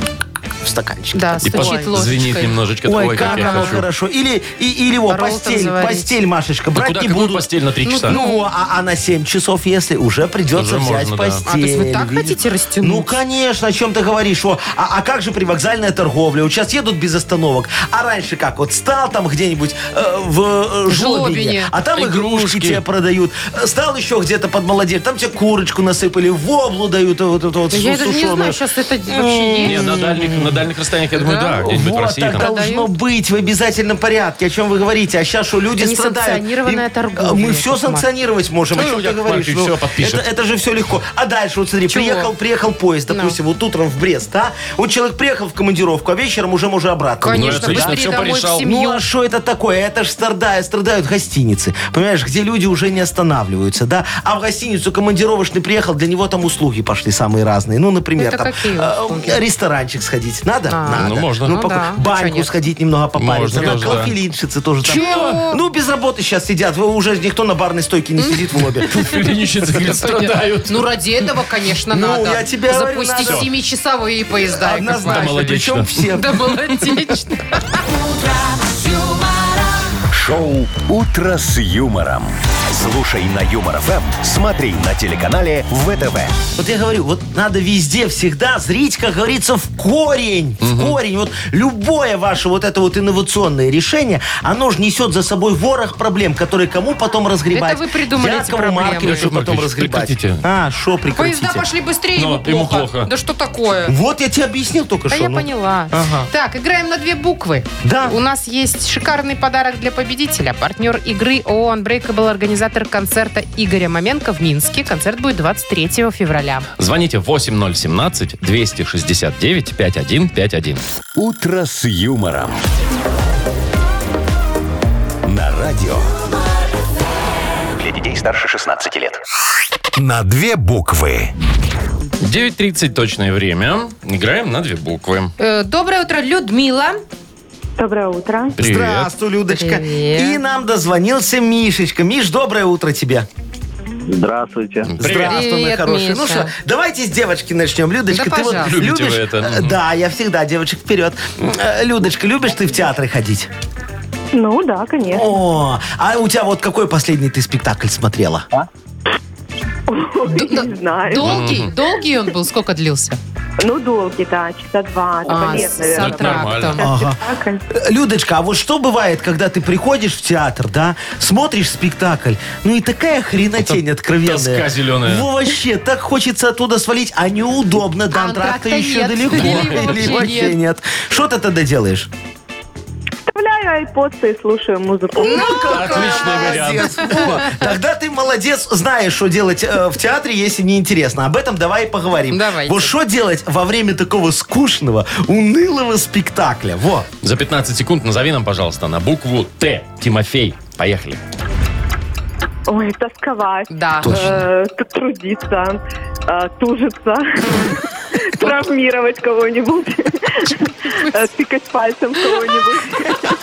Speaker 4: в стаканчике.
Speaker 3: Да,
Speaker 2: И
Speaker 3: стучит
Speaker 2: поз-
Speaker 3: ложечкой.
Speaker 2: звенит немножечко.
Speaker 4: Ой,
Speaker 2: Ой, как я
Speaker 4: оно
Speaker 2: хочу. Ну,
Speaker 4: хорошо. Или, и, или во,
Speaker 3: Роллтон
Speaker 4: постель,
Speaker 3: заварить. Ну,
Speaker 4: постель, Машечка, брать
Speaker 2: Куда,
Speaker 4: не
Speaker 2: какую
Speaker 4: буду.
Speaker 2: постель на три часа?
Speaker 4: Ну, а, а на 7 часов, если уже придется
Speaker 2: Уже
Speaker 4: взять
Speaker 2: можно, да.
Speaker 4: постель.
Speaker 3: А, то есть вы так
Speaker 4: видишь?
Speaker 3: хотите растянуть?
Speaker 4: Ну, конечно, о чем ты говоришь. О, а, а как же привокзальная торговля? Вот сейчас едут без остановок. А раньше как? Вот стал там где-нибудь э, в э,
Speaker 3: Жлобине.
Speaker 4: жлобине, а там игрушки,
Speaker 2: Игрушки.
Speaker 4: тебе продают. Э, Стал еще где-то под молодец, там тебе курочку насыпали, воблу дают, э, вот эту вот
Speaker 3: Ну, Я
Speaker 4: су-
Speaker 3: даже не знаю,
Speaker 4: сушеную.
Speaker 3: сейчас это вообще
Speaker 2: Не,
Speaker 4: ну,
Speaker 3: есть.
Speaker 2: на дальних, на дальних расстояниях, я думаю, да,
Speaker 3: Да?
Speaker 2: где-нибудь в
Speaker 4: вот
Speaker 2: России.
Speaker 4: так
Speaker 2: там.
Speaker 4: должно
Speaker 3: Продают.
Speaker 4: быть в обязательном порядке. О чем вы говорите? А сейчас что, люди
Speaker 3: Это
Speaker 4: страдают?
Speaker 3: несанкционированная
Speaker 4: Им- э,
Speaker 3: торговля,
Speaker 4: Мы
Speaker 3: Яков
Speaker 4: все
Speaker 3: Маркович.
Speaker 4: санкционировать можем. о
Speaker 2: Ну,
Speaker 4: чем ты
Speaker 2: Яков
Speaker 4: говоришь?
Speaker 2: Маркович всё подпишет.
Speaker 4: это, это же все легко. А дальше, вот смотри,
Speaker 3: Чего?
Speaker 4: приехал, приехал поезд, допустим, вот утром в Брест, да? Вот человек приехал в командировку, а вечером уже можно обратно.
Speaker 2: Ну,
Speaker 3: Конечно,
Speaker 2: отлично,
Speaker 3: быстрее
Speaker 2: всё
Speaker 3: домой
Speaker 2: порешал.
Speaker 3: в
Speaker 4: Ну
Speaker 3: семью.
Speaker 4: а что это такое? Это ж страдают, страдают гостиницы. Понимаешь, где люди уже не останавливаются, да? А в гостиницу командировочный приехал, для него там услуги пошли самые разные. Ну, например,
Speaker 3: Это
Speaker 4: там
Speaker 3: какие
Speaker 4: э,
Speaker 3: услуги?
Speaker 4: ресторанчик сходить. Надо?
Speaker 3: А.
Speaker 4: Надо.
Speaker 2: Ну, можно.
Speaker 4: Ну,
Speaker 3: Ну,
Speaker 4: пока-
Speaker 3: да. Чё
Speaker 4: Баньку
Speaker 3: нет?
Speaker 4: сходить немного попариться.
Speaker 2: Можно
Speaker 4: Да,
Speaker 2: тоже, да.
Speaker 4: колоколенщицы тоже там.
Speaker 3: Чего?
Speaker 4: Ну, без работы сейчас сидят. Вы уже никто на барной стойке не сидит в лобби.
Speaker 2: Перенищицы, говорит, страдают.
Speaker 3: Ну, ради этого, конечно,
Speaker 4: Ну,
Speaker 3: надо
Speaker 4: я тебе говорю,
Speaker 3: запустить
Speaker 4: надо.
Speaker 3: семичасовые поезда. Яков
Speaker 2: Да,
Speaker 4: Однозначно.
Speaker 2: молодечно.
Speaker 4: Причем все.
Speaker 3: Да было отлично.
Speaker 1: Шоу «Утро с юмором». Слушай на Юмор ФМ, смотри на телеканале ВТВ.
Speaker 4: Вот я говорю, вот надо везде всегда зрить, как говорится, в корень. В корень. Вот любое ваше вот это вот инновационное решение, оно же несет за собой ворох проблем, которые кому потом разгребать.
Speaker 3: Это вы придумали эти
Speaker 4: Якову
Speaker 3: проблемы.
Speaker 4: Марковичу
Speaker 2: Яков
Speaker 4: потом
Speaker 2: Маркович,
Speaker 4: разгребать.
Speaker 2: прекратите.
Speaker 4: А, шо прекратите?
Speaker 3: Поезда пошли быстрее,
Speaker 2: Ну,
Speaker 3: ему
Speaker 2: ему
Speaker 3: плохо.
Speaker 2: плохо.
Speaker 3: Да что такое?
Speaker 4: Вот я тебе объяснил только
Speaker 3: Да
Speaker 4: что.
Speaker 3: я
Speaker 4: ну.
Speaker 3: поняла.
Speaker 4: Ага.
Speaker 3: Так, играем на две буквы.
Speaker 4: Да.
Speaker 3: У нас есть шикарный подарок для победителя. Партнер игры ООО Unbreakable, организатор концерта Игоря Маменко в Минске. Концерт будет 23 февраля.
Speaker 2: Звоните 8017-269-5151.
Speaker 1: «Утро с юмором». На радио.
Speaker 5: Для детей старше 16 лет.
Speaker 1: На две буквы.
Speaker 2: 9.30 точное время. Играем на две буквы.
Speaker 3: Э, доброе утро, Людмила.
Speaker 8: Доброе утро.
Speaker 2: Привет.
Speaker 4: Здравствуй, Людочка.
Speaker 3: Привет.
Speaker 4: И нам дозвонился Мишечка. Миш, доброе утро тебе.
Speaker 10: Здравствуйте.
Speaker 4: Здравствуй, мой
Speaker 3: Привет,
Speaker 4: хороший. Ну
Speaker 3: Миша.
Speaker 4: что, давайте с девочки начнем. Людочка,
Speaker 3: Да,
Speaker 4: ты вот
Speaker 3: пожалуйста.
Speaker 2: Любите
Speaker 4: любишь...
Speaker 2: вы это. ну.
Speaker 4: Э, Да, я всегда девочек вперед. Э, Людочка, любишь ты в театры ходить?
Speaker 8: Ну да, конечно.
Speaker 4: О, а у тебя вот какой последний ты спектакль смотрела?
Speaker 8: Не знаю.
Speaker 3: Долгий, долгий он был, сколько длился?
Speaker 8: Ну, долгий, да, часа два,
Speaker 3: А,
Speaker 8: лет,
Speaker 3: с
Speaker 8: наверное.
Speaker 2: Это нормально.
Speaker 3: антрактом.
Speaker 4: Ага.
Speaker 8: Спектакль.
Speaker 4: Э, Людочка, а вот что бывает, когда ты приходишь в театр, да, смотришь спектакль, ну и такая хренотень откровенная.
Speaker 2: тоска зеленая.
Speaker 4: Во, вообще, так хочется оттуда свалить, а неудобно, до
Speaker 3: А
Speaker 4: антракта
Speaker 3: антракта
Speaker 4: еще
Speaker 3: нет.
Speaker 4: далеко.
Speaker 3: Или вообще
Speaker 4: Или
Speaker 3: нет.
Speaker 4: нет. Что ты тогда делаешь?
Speaker 8: Вставляю айподсы и слушаю музыку.
Speaker 2: Отличный вариант.
Speaker 4: Ну, Молодец. Во. Тогда ты молодец, знаешь, что делать э, в театре, если не интересно. Об этом давай и поговорим.
Speaker 3: Давайте.
Speaker 4: Вот что делать во время такого скучного, унылого спектакля. Во.
Speaker 2: За 15 секунд назови нам, пожалуйста, на букву Т. Тимофей. Поехали.
Speaker 8: Ой, тосковать.
Speaker 3: Да.
Speaker 8: Э, т- трудиться, э, тужиться, травмировать кого-нибудь, э, тыкать пальцем в кого-нибудь.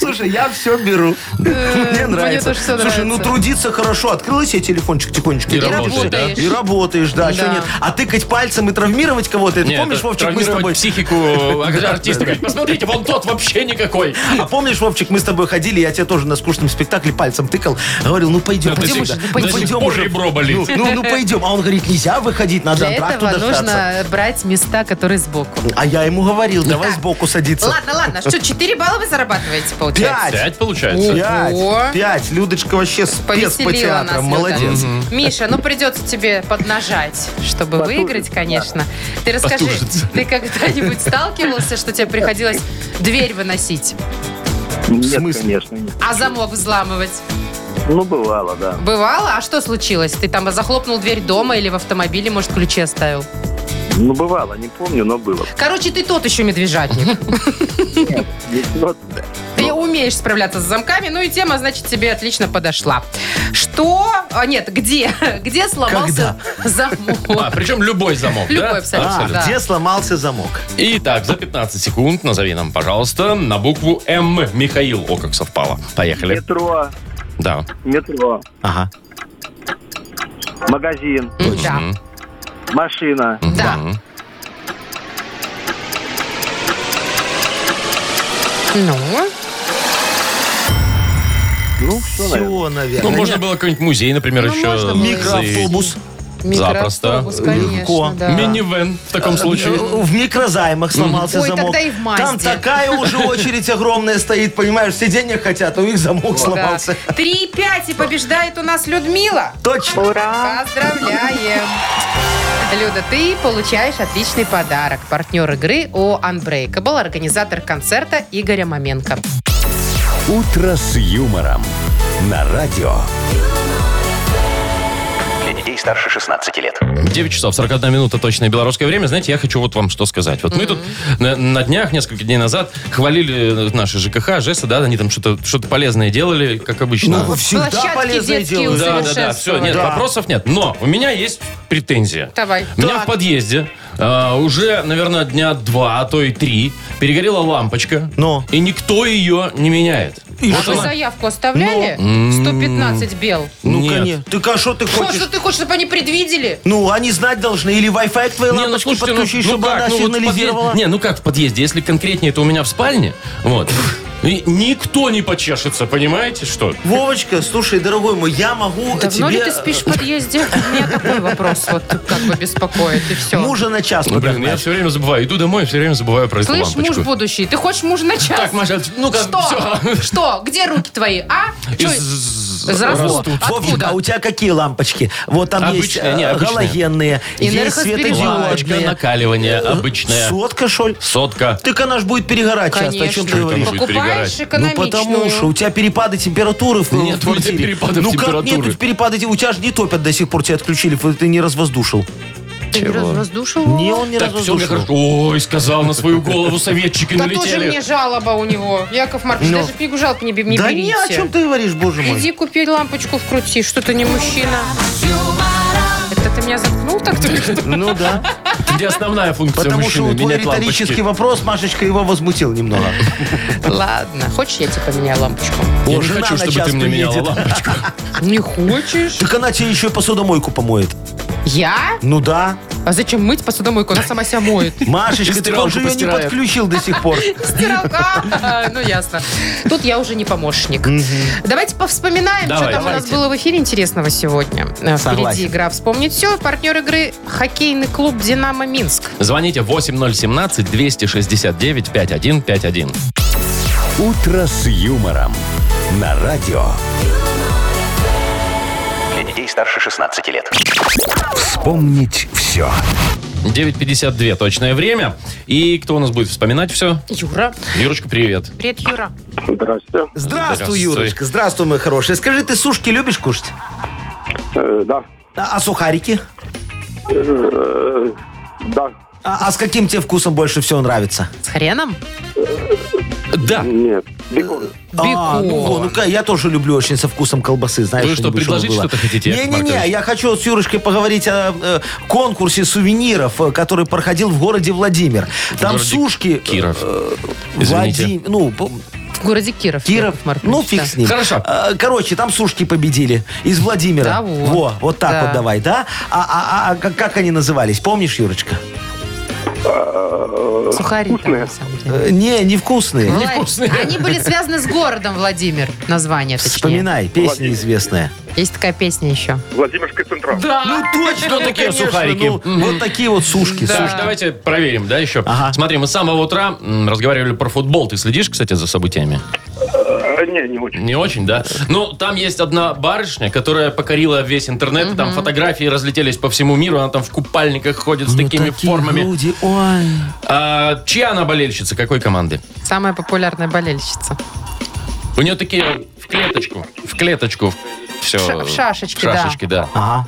Speaker 4: Слушай, я все беру.
Speaker 2: Э,
Speaker 4: Мне нравится.
Speaker 3: тоже всё
Speaker 4: Слушай, ну
Speaker 3: нравится.
Speaker 4: трудиться хорошо. Открыла себе телефончик тихонечко.
Speaker 2: И работаешь, да?
Speaker 4: И работаешь, да. Чё
Speaker 3: Да.
Speaker 4: нет? А тыкать пальцем и травмировать кого-то, это
Speaker 2: Нет,
Speaker 4: помнишь,
Speaker 2: это
Speaker 4: Вовчик, мы с
Speaker 2: травмировать
Speaker 4: тобой...
Speaker 2: психику а, артиста. говорить, Посмотрите, вон тот вообще никакой.
Speaker 4: А помнишь, Вовчик, мы с тобой ходили, я тебе тоже на скучном спектакле пальцем тыкал, говорил, ну пойдем,
Speaker 2: Да, до
Speaker 4: пойдем
Speaker 2: сих-
Speaker 4: уже,
Speaker 2: до
Speaker 4: ну,
Speaker 2: сих
Speaker 4: пойдем
Speaker 2: пор
Speaker 4: уже.
Speaker 2: ребро болит.
Speaker 4: Ну, ну, ну, пойдем. А он говорит, нельзя выходить, надо
Speaker 3: Для
Speaker 4: антракту
Speaker 3: этого
Speaker 4: дождаться.
Speaker 3: нужно брать места, которые сбоку.
Speaker 4: А я ему говорил, давай
Speaker 3: так.
Speaker 4: сбоку садиться.
Speaker 3: Ладно, ладно, что, 4 балла вы зарабатываете, получается?
Speaker 4: Пять.
Speaker 2: Пять получается.
Speaker 3: Ого.
Speaker 4: Пять, пять. Людочка вообще спец по
Speaker 3: Повеселила нас.
Speaker 4: театрам,
Speaker 3: Люда.
Speaker 4: молодец.
Speaker 3: Миша, ну придется тебе поднажать, чтобы выиграть, конечно. Ты расскажи,
Speaker 2: Потужиться.
Speaker 3: ты когда-нибудь сталкивался, что тебе приходилось дверь выносить,
Speaker 10: Нет,
Speaker 4: смысле?
Speaker 10: конечно, нет.
Speaker 3: а замок взламывать?
Speaker 10: Ну, бывало, да.
Speaker 3: Бывало? А что случилось? Ты там захлопнул дверь дома или в автомобиле, может, ключи оставил?
Speaker 10: Ну, бывало, не помню, но было.
Speaker 3: Короче, ты тот еще медвежатник.
Speaker 10: Но
Speaker 3: Ты умеешь справляться с замками, ну и тема, значит, тебе отлично подошла. Что? А, нет, где? Где сломался
Speaker 2: А,
Speaker 3: замок?
Speaker 2: причем любой замок,
Speaker 3: Любой
Speaker 2: да? А,
Speaker 3: абсолютно.
Speaker 4: А,
Speaker 3: Да.
Speaker 4: где сломался замок?
Speaker 2: Итак, за 15 секунд назови нам, пожалуйста, на букву М. Михаил. О, как совпало. Поехали.
Speaker 10: метро,
Speaker 2: Да.
Speaker 10: метро,
Speaker 4: Ага.
Speaker 10: магазин,
Speaker 3: Да.
Speaker 2: Мгм.
Speaker 10: машина,
Speaker 3: Да.
Speaker 2: Мгм.
Speaker 3: Ну,
Speaker 4: Все,
Speaker 2: Ну,
Speaker 4: наверное.
Speaker 2: можно было какой-нибудь музей, например,
Speaker 3: Ну, можно
Speaker 2: еще
Speaker 3: было.
Speaker 2: заявить.
Speaker 4: Микроавтобус.
Speaker 2: Запросто.
Speaker 3: микроавтобус, конечно,
Speaker 4: Легко.
Speaker 3: да.
Speaker 2: Минивэн в таком случае.
Speaker 4: В микрозаймах сломался
Speaker 3: Ой,
Speaker 4: замок.
Speaker 3: тогда и в «Мазде».
Speaker 4: Там такая уже очередь огромная стоит, понимаешь, все денег хотят, а у них замок
Speaker 3: Да.
Speaker 4: сломался.
Speaker 3: 3-5 и побеждает у нас Людмила.
Speaker 4: Точно.
Speaker 8: Ура!
Speaker 3: Поздравляем! Люда, ты получаешь отличный подарок. Партнер игры ООО «Unbreakable», организатор концерта Игоря Маменко.
Speaker 1: «Утро с юмором» на радио.
Speaker 5: Для детей старше 16 лет.
Speaker 2: 9 часов 41 минута точное белорусское время. Знаете, я хочу вот вам что сказать. Вот мы тут на, на днях, несколько дней назад, хвалили э, наши ЖКХ, ЖЭСа, да, они там что-то что полезное делали, как обычно.
Speaker 4: Ну, всегда
Speaker 3: Площадки
Speaker 4: полезное
Speaker 3: детские
Speaker 4: дело.
Speaker 2: да, да, да, все, нет,
Speaker 4: Да.
Speaker 2: вопросов нет. Но у меня есть претензия.
Speaker 3: Давай.
Speaker 2: У меня в подъезде э, уже, наверное, дня два, а то и три перегорела лампочка.
Speaker 4: Но.
Speaker 2: И никто ее не меняет.
Speaker 3: А вы заявку оставляли? 115 бел.
Speaker 4: Ну,
Speaker 2: Нет.
Speaker 4: конечно. Ты, а что ты
Speaker 3: Что,
Speaker 4: Ну, хочешь?
Speaker 3: что ты хочешь, чтобы они предвидели?
Speaker 4: Ну, они знать должны. Или Wi-Fi к твоей
Speaker 2: Не, ну
Speaker 4: лампочке
Speaker 2: слушайте, ну,
Speaker 4: подключи,
Speaker 2: ну
Speaker 4: чтобы
Speaker 2: как,
Speaker 4: она
Speaker 2: ну вот в
Speaker 4: сигнализировала.
Speaker 2: подъезде- Не, ну как в подъезде, если конкретнее, то у меня в спальне, вот, и никто не почешется, понимаете, что?
Speaker 4: Вовочка, слушай, дорогой мой, я могу
Speaker 3: Давно
Speaker 4: тебе
Speaker 3: ли ты спишь в подъезде? У меня такой вопрос вот как бы беспокоит, и
Speaker 4: э,
Speaker 3: все.
Speaker 4: мужа на час
Speaker 2: Ну, блин, я
Speaker 4: подогнать.
Speaker 2: все время забываю. Иду домой, все время забываю про эту
Speaker 3: Слышь,
Speaker 2: лампочку.
Speaker 3: муж будущий, ты хочешь мужа на час?
Speaker 2: Так, Маша,
Speaker 4: ну
Speaker 2: ну-ка,
Speaker 3: Что?
Speaker 2: все.
Speaker 3: Что? Где руки твои, а? Чё-
Speaker 2: Из-
Speaker 3: Заросло.
Speaker 2: растут.
Speaker 4: Вовчик,
Speaker 3: Откуда?
Speaker 4: а у тебя какие лампочки? Вот там есть
Speaker 2: Обычные,
Speaker 4: э,
Speaker 2: не, обычные.
Speaker 4: галогенные, есть
Speaker 3: Энергосберегающие.
Speaker 2: Лампочка
Speaker 4: светодиодные.
Speaker 2: накаливания
Speaker 4: Э,
Speaker 2: обычная.
Speaker 4: Сотка, шоль?
Speaker 2: Сотка.
Speaker 4: Так она ж будет перегорать часто. О
Speaker 3: Конечно.
Speaker 4: чем ты говоришь?
Speaker 2: будет
Speaker 3: Покупаешь
Speaker 2: перегорать?
Speaker 4: Ну,
Speaker 3: экономичную.
Speaker 4: потому что у тебя перепады температуры
Speaker 2: Нет
Speaker 4: в, в
Speaker 2: у меня
Speaker 4: квартире.
Speaker 2: перепадов
Speaker 4: ну как
Speaker 2: температуры.
Speaker 4: нет, тут перепады, те- у тебя же не топят до сих пор, тебя отключили, ф- ты не развоздушил.
Speaker 3: Ты не раз- раздушил?
Speaker 4: Не, он не
Speaker 2: Так, все, мне
Speaker 4: развоздушил.
Speaker 2: хорошо. Ой, сказал на свою голову советчики
Speaker 3: Да тоже мне
Speaker 2: налетели.
Speaker 3: жалоба у него. Яков Маркович,
Speaker 4: Ну.
Speaker 3: даже книгу жалоб не, бе- не
Speaker 4: да
Speaker 3: берите.
Speaker 4: не, о чем ты говоришь, боже мой.
Speaker 3: Иди купи лампочку вкрути, что ты не мужчина. Это ты меня заткнул так только что?
Speaker 4: Ну да.
Speaker 2: Где основная функция
Speaker 4: Потому что
Speaker 2: мужчины?
Speaker 4: твой
Speaker 2: Менять
Speaker 4: риторический
Speaker 2: лампочки.
Speaker 4: вопрос, Машечка, его возмутил немного.
Speaker 3: Ладно, хочешь, я тебе поменяю лампочку?
Speaker 2: Я
Speaker 4: О,
Speaker 2: не
Speaker 4: жена
Speaker 2: хочу,
Speaker 4: на
Speaker 2: чтобы
Speaker 4: час
Speaker 2: ты мне меняла
Speaker 4: приедет.
Speaker 2: лампочку.
Speaker 4: А
Speaker 3: Не хочешь?
Speaker 4: Так она тебе еще и посудомойку помоет.
Speaker 3: Я?
Speaker 4: Ну да.
Speaker 3: А зачем мыть посудомойку? Она сама себя моет.
Speaker 4: Машечка, ты
Speaker 2: стиралку
Speaker 4: тоже ее не
Speaker 2: постирает.
Speaker 4: подключил до сих пор.
Speaker 3: Стиралка. Ну, ясно. Тут я уже не помощник. Давайте повспоминаем, что
Speaker 2: Давай,
Speaker 3: там у нас было в эфире интересного сегодня. Э, Впереди
Speaker 4: Согласен.
Speaker 3: игра «Вспомнить все». Партнер игры – хоккейный клуб «Динамо Минск».
Speaker 2: Звоните 8017-269-5151.
Speaker 1: «Утро с юмором» на радио.
Speaker 5: Для детей старше 16 лет.
Speaker 1: Вспомнить все.
Speaker 2: 9.52 точное время. И кто у нас будет вспоминать все?
Speaker 3: Юра.
Speaker 2: Юрочка, привет.
Speaker 3: Привет, Юра.
Speaker 10: Здрасте.
Speaker 4: Здравствуй,
Speaker 2: Здравствуй.
Speaker 4: Юрочка. Здравствуй, мой хороший. Скажи, ты сушки любишь кушать?
Speaker 10: Э, да.
Speaker 4: А а сухарики?
Speaker 10: Э, да.
Speaker 4: А а с каким тебе вкусом больше всего нравится?
Speaker 3: С хреном?
Speaker 2: Да, Да.
Speaker 10: Нет. Бекон.
Speaker 4: А, ну, во, ну-ка, я тоже люблю очень со вкусом колбасы, знаешь.
Speaker 2: Вы что,
Speaker 4: чтобы
Speaker 2: предложить
Speaker 4: было.
Speaker 2: что-то хотите, Яков
Speaker 4: Не-не-не,
Speaker 2: Маркович?
Speaker 4: я хочу вот с Юрочкой поговорить о э, конкурсе сувениров, э, который проходил в городе Владимир. Там
Speaker 2: городе
Speaker 4: сушки...
Speaker 2: Киров.
Speaker 4: э,
Speaker 2: Извините.
Speaker 4: Влади- Ну, по-
Speaker 3: В городе Киров.
Speaker 4: Киров,
Speaker 3: Яков Маркович,
Speaker 4: ну
Speaker 3: да.
Speaker 4: фиг с ним.
Speaker 2: Хорошо.
Speaker 4: А, Короче, там сушки победили из Владимира.
Speaker 3: Да вот.
Speaker 4: Во, вот так
Speaker 3: Да.
Speaker 4: вот давай, да? А, а- а- а как, как они назывались? Помнишь, Юрочка?
Speaker 10: Э,
Speaker 3: Сухари там,
Speaker 10: вкусные.
Speaker 3: на самом деле.
Speaker 4: Э, Не, невкусные.
Speaker 2: Ну,
Speaker 3: Вла- Они были связаны с городом Владимир. Название, точнее.
Speaker 4: Вспоминай, песня
Speaker 10: Владимир.
Speaker 4: известная.
Speaker 3: Есть такая песня еще.
Speaker 10: Владимирский централ.
Speaker 4: Ну точно,
Speaker 2: Ну, такие
Speaker 4: конечно,
Speaker 2: сухарики.
Speaker 4: ну, Вот такие вот сушки.
Speaker 2: Да,
Speaker 4: слушай.
Speaker 2: давайте проверим, да, еще.
Speaker 4: Ага.
Speaker 2: Смотри, мы с самого утра м, разговаривали про футбол. Ты следишь, кстати, за событиями?
Speaker 10: Э, Не, не очень.
Speaker 2: Не очень, да? Ну, там есть одна барышня, которая покорила весь интернет. и Там фотографии разлетелись по всему миру. Она там в купальниках ходит с
Speaker 4: Ну,
Speaker 2: такими
Speaker 4: такие
Speaker 2: формами.
Speaker 4: груди, ой.
Speaker 2: А, чья она болельщица? Какой команды?
Speaker 3: Самая популярная болельщица.
Speaker 2: У нее такие в клеточку. В клеточку. Все.
Speaker 3: Ша- в шашечки,
Speaker 2: в шашечки, да.
Speaker 4: Ага.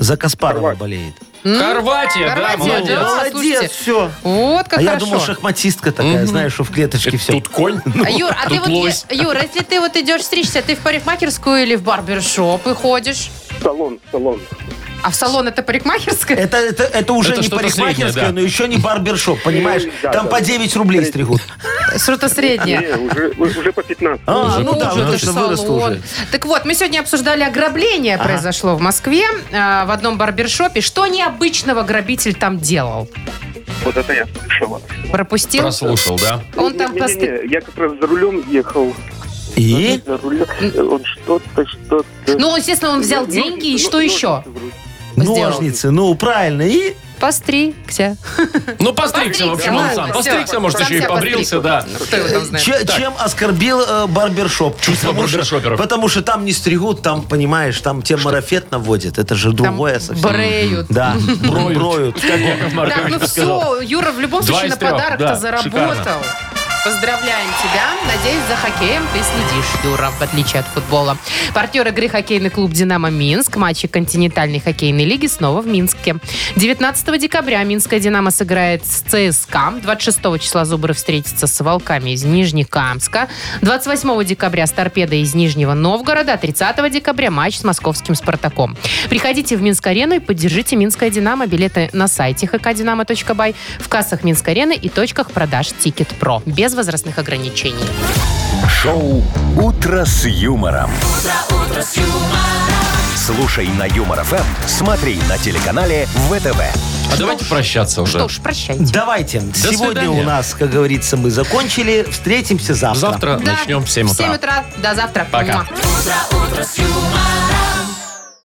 Speaker 4: За Каспарова болеет.
Speaker 2: Хорватия, да,
Speaker 3: Хорватия,
Speaker 2: молодец.
Speaker 3: да. слушайте.
Speaker 4: все.
Speaker 3: Вот как
Speaker 4: а я
Speaker 3: хорошо.
Speaker 4: думал, шахматистка такая, знаешь, что в клеточке
Speaker 2: Это
Speaker 4: все.
Speaker 2: Тут конь. ну,
Speaker 3: А, Юр, а ты
Speaker 2: Тут
Speaker 3: вот,
Speaker 2: лось.
Speaker 3: е- Юр, если ты вот идешь стричься, ты в парикмахерскую или в барбершоп и ходишь?
Speaker 10: Салон, салон.
Speaker 3: А в салон это парикмахерская?
Speaker 4: Это, это, это уже
Speaker 2: Это
Speaker 4: не
Speaker 2: что-то
Speaker 4: парикмахерская,
Speaker 2: среднее, да.
Speaker 4: но еще не барбершоп, понимаешь?
Speaker 10: Да,
Speaker 4: Там
Speaker 10: да.
Speaker 4: по 9 рублей стригут. Э,
Speaker 3: Что-то среднее.
Speaker 10: Не, уже, уже по 15.
Speaker 4: А, ну да,
Speaker 3: Боже,
Speaker 4: вот
Speaker 3: это
Speaker 4: это
Speaker 3: ж
Speaker 4: выросло
Speaker 3: салон.
Speaker 4: уже.
Speaker 3: Так вот, мы сегодня обсуждали ограбление, произошло в Москве, э, в одном барбершопе. Что необычного грабитель там делал?
Speaker 10: Вот это я слышала.
Speaker 3: Пропустил?
Speaker 2: Прослушал, да?
Speaker 3: Он там
Speaker 10: Не-не-не,
Speaker 3: посты...
Speaker 10: я как раз за рулем ехал.
Speaker 4: И?
Speaker 10: За рулем. Он что-то, что-то...
Speaker 3: Ну, естественно, он взял
Speaker 10: Ну,
Speaker 3: деньги, и
Speaker 10: ну,
Speaker 3: что
Speaker 10: ну,
Speaker 3: еще?
Speaker 10: ну, вроде.
Speaker 3: Сделал.
Speaker 4: Ножницы, ну правильно. И
Speaker 3: Постригся.
Speaker 2: Ну, постригся, в общем, он сам.
Speaker 3: Постригся, ладно,
Speaker 2: постригся,
Speaker 3: всё.
Speaker 2: может,
Speaker 3: Сам
Speaker 2: еще и
Speaker 3: себя
Speaker 2: побрился, да.
Speaker 3: Кто его там знает?
Speaker 4: че- чем оскорбил э, барбершоп?
Speaker 2: Чувство
Speaker 4: Потому что-
Speaker 2: барбершоперов.
Speaker 4: Потому что там не стригут, там, понимаешь, там те марафет наводят. Это же
Speaker 3: Там
Speaker 4: другое совсем.
Speaker 3: бреют.
Speaker 4: Да,
Speaker 2: Броют.
Speaker 4: броют.
Speaker 2: Как Яков
Speaker 3: Так,
Speaker 2: Маркович
Speaker 3: ну
Speaker 2: сказал.
Speaker 3: все, Юра в любом
Speaker 2: Два
Speaker 3: случае
Speaker 2: из
Speaker 3: на
Speaker 2: трех,
Speaker 3: подарок-то
Speaker 2: да,
Speaker 3: заработал.
Speaker 2: шикарно.
Speaker 3: Поздравляем тебя. Надеюсь, за хоккеем ты следишь, Юра, в отличие от футбола. Партнер игры хоккейный клуб «Динамо Минск». Матчи континентальной хоккейной лиги снова в Минске. 19 декабря Минская «Динамо» сыграет с ЦСКА. 26 числа Зубры встретится с «Волками» из Нижнекамска. 28 декабря с «Торпедой» из Нижнего Новгорода. 30 декабря матч с московским «Спартаком». Приходите в Минск-арену и поддержите «Минское Динамо». Билеты на сайте hkdinamo.by, в кассах «Минск-арены» и точках продаж «Тикет Про». Без возрастных ограничений.
Speaker 1: Шоу «Утро с юмором». Слушай на Юмор ФМ, смотри на телеканале ВТВ.
Speaker 2: А давайте прощаться уже.
Speaker 3: Что ж, прощайте.
Speaker 4: Давайте. Сегодня
Speaker 2: свидания.
Speaker 4: у нас, как говорится, мы закончили. Встретимся завтра.
Speaker 2: Завтра начнем в 7
Speaker 3: В 7
Speaker 2: утра.
Speaker 3: утра. До завтра.
Speaker 2: Пока.
Speaker 3: Муа.
Speaker 9: утро с юмором.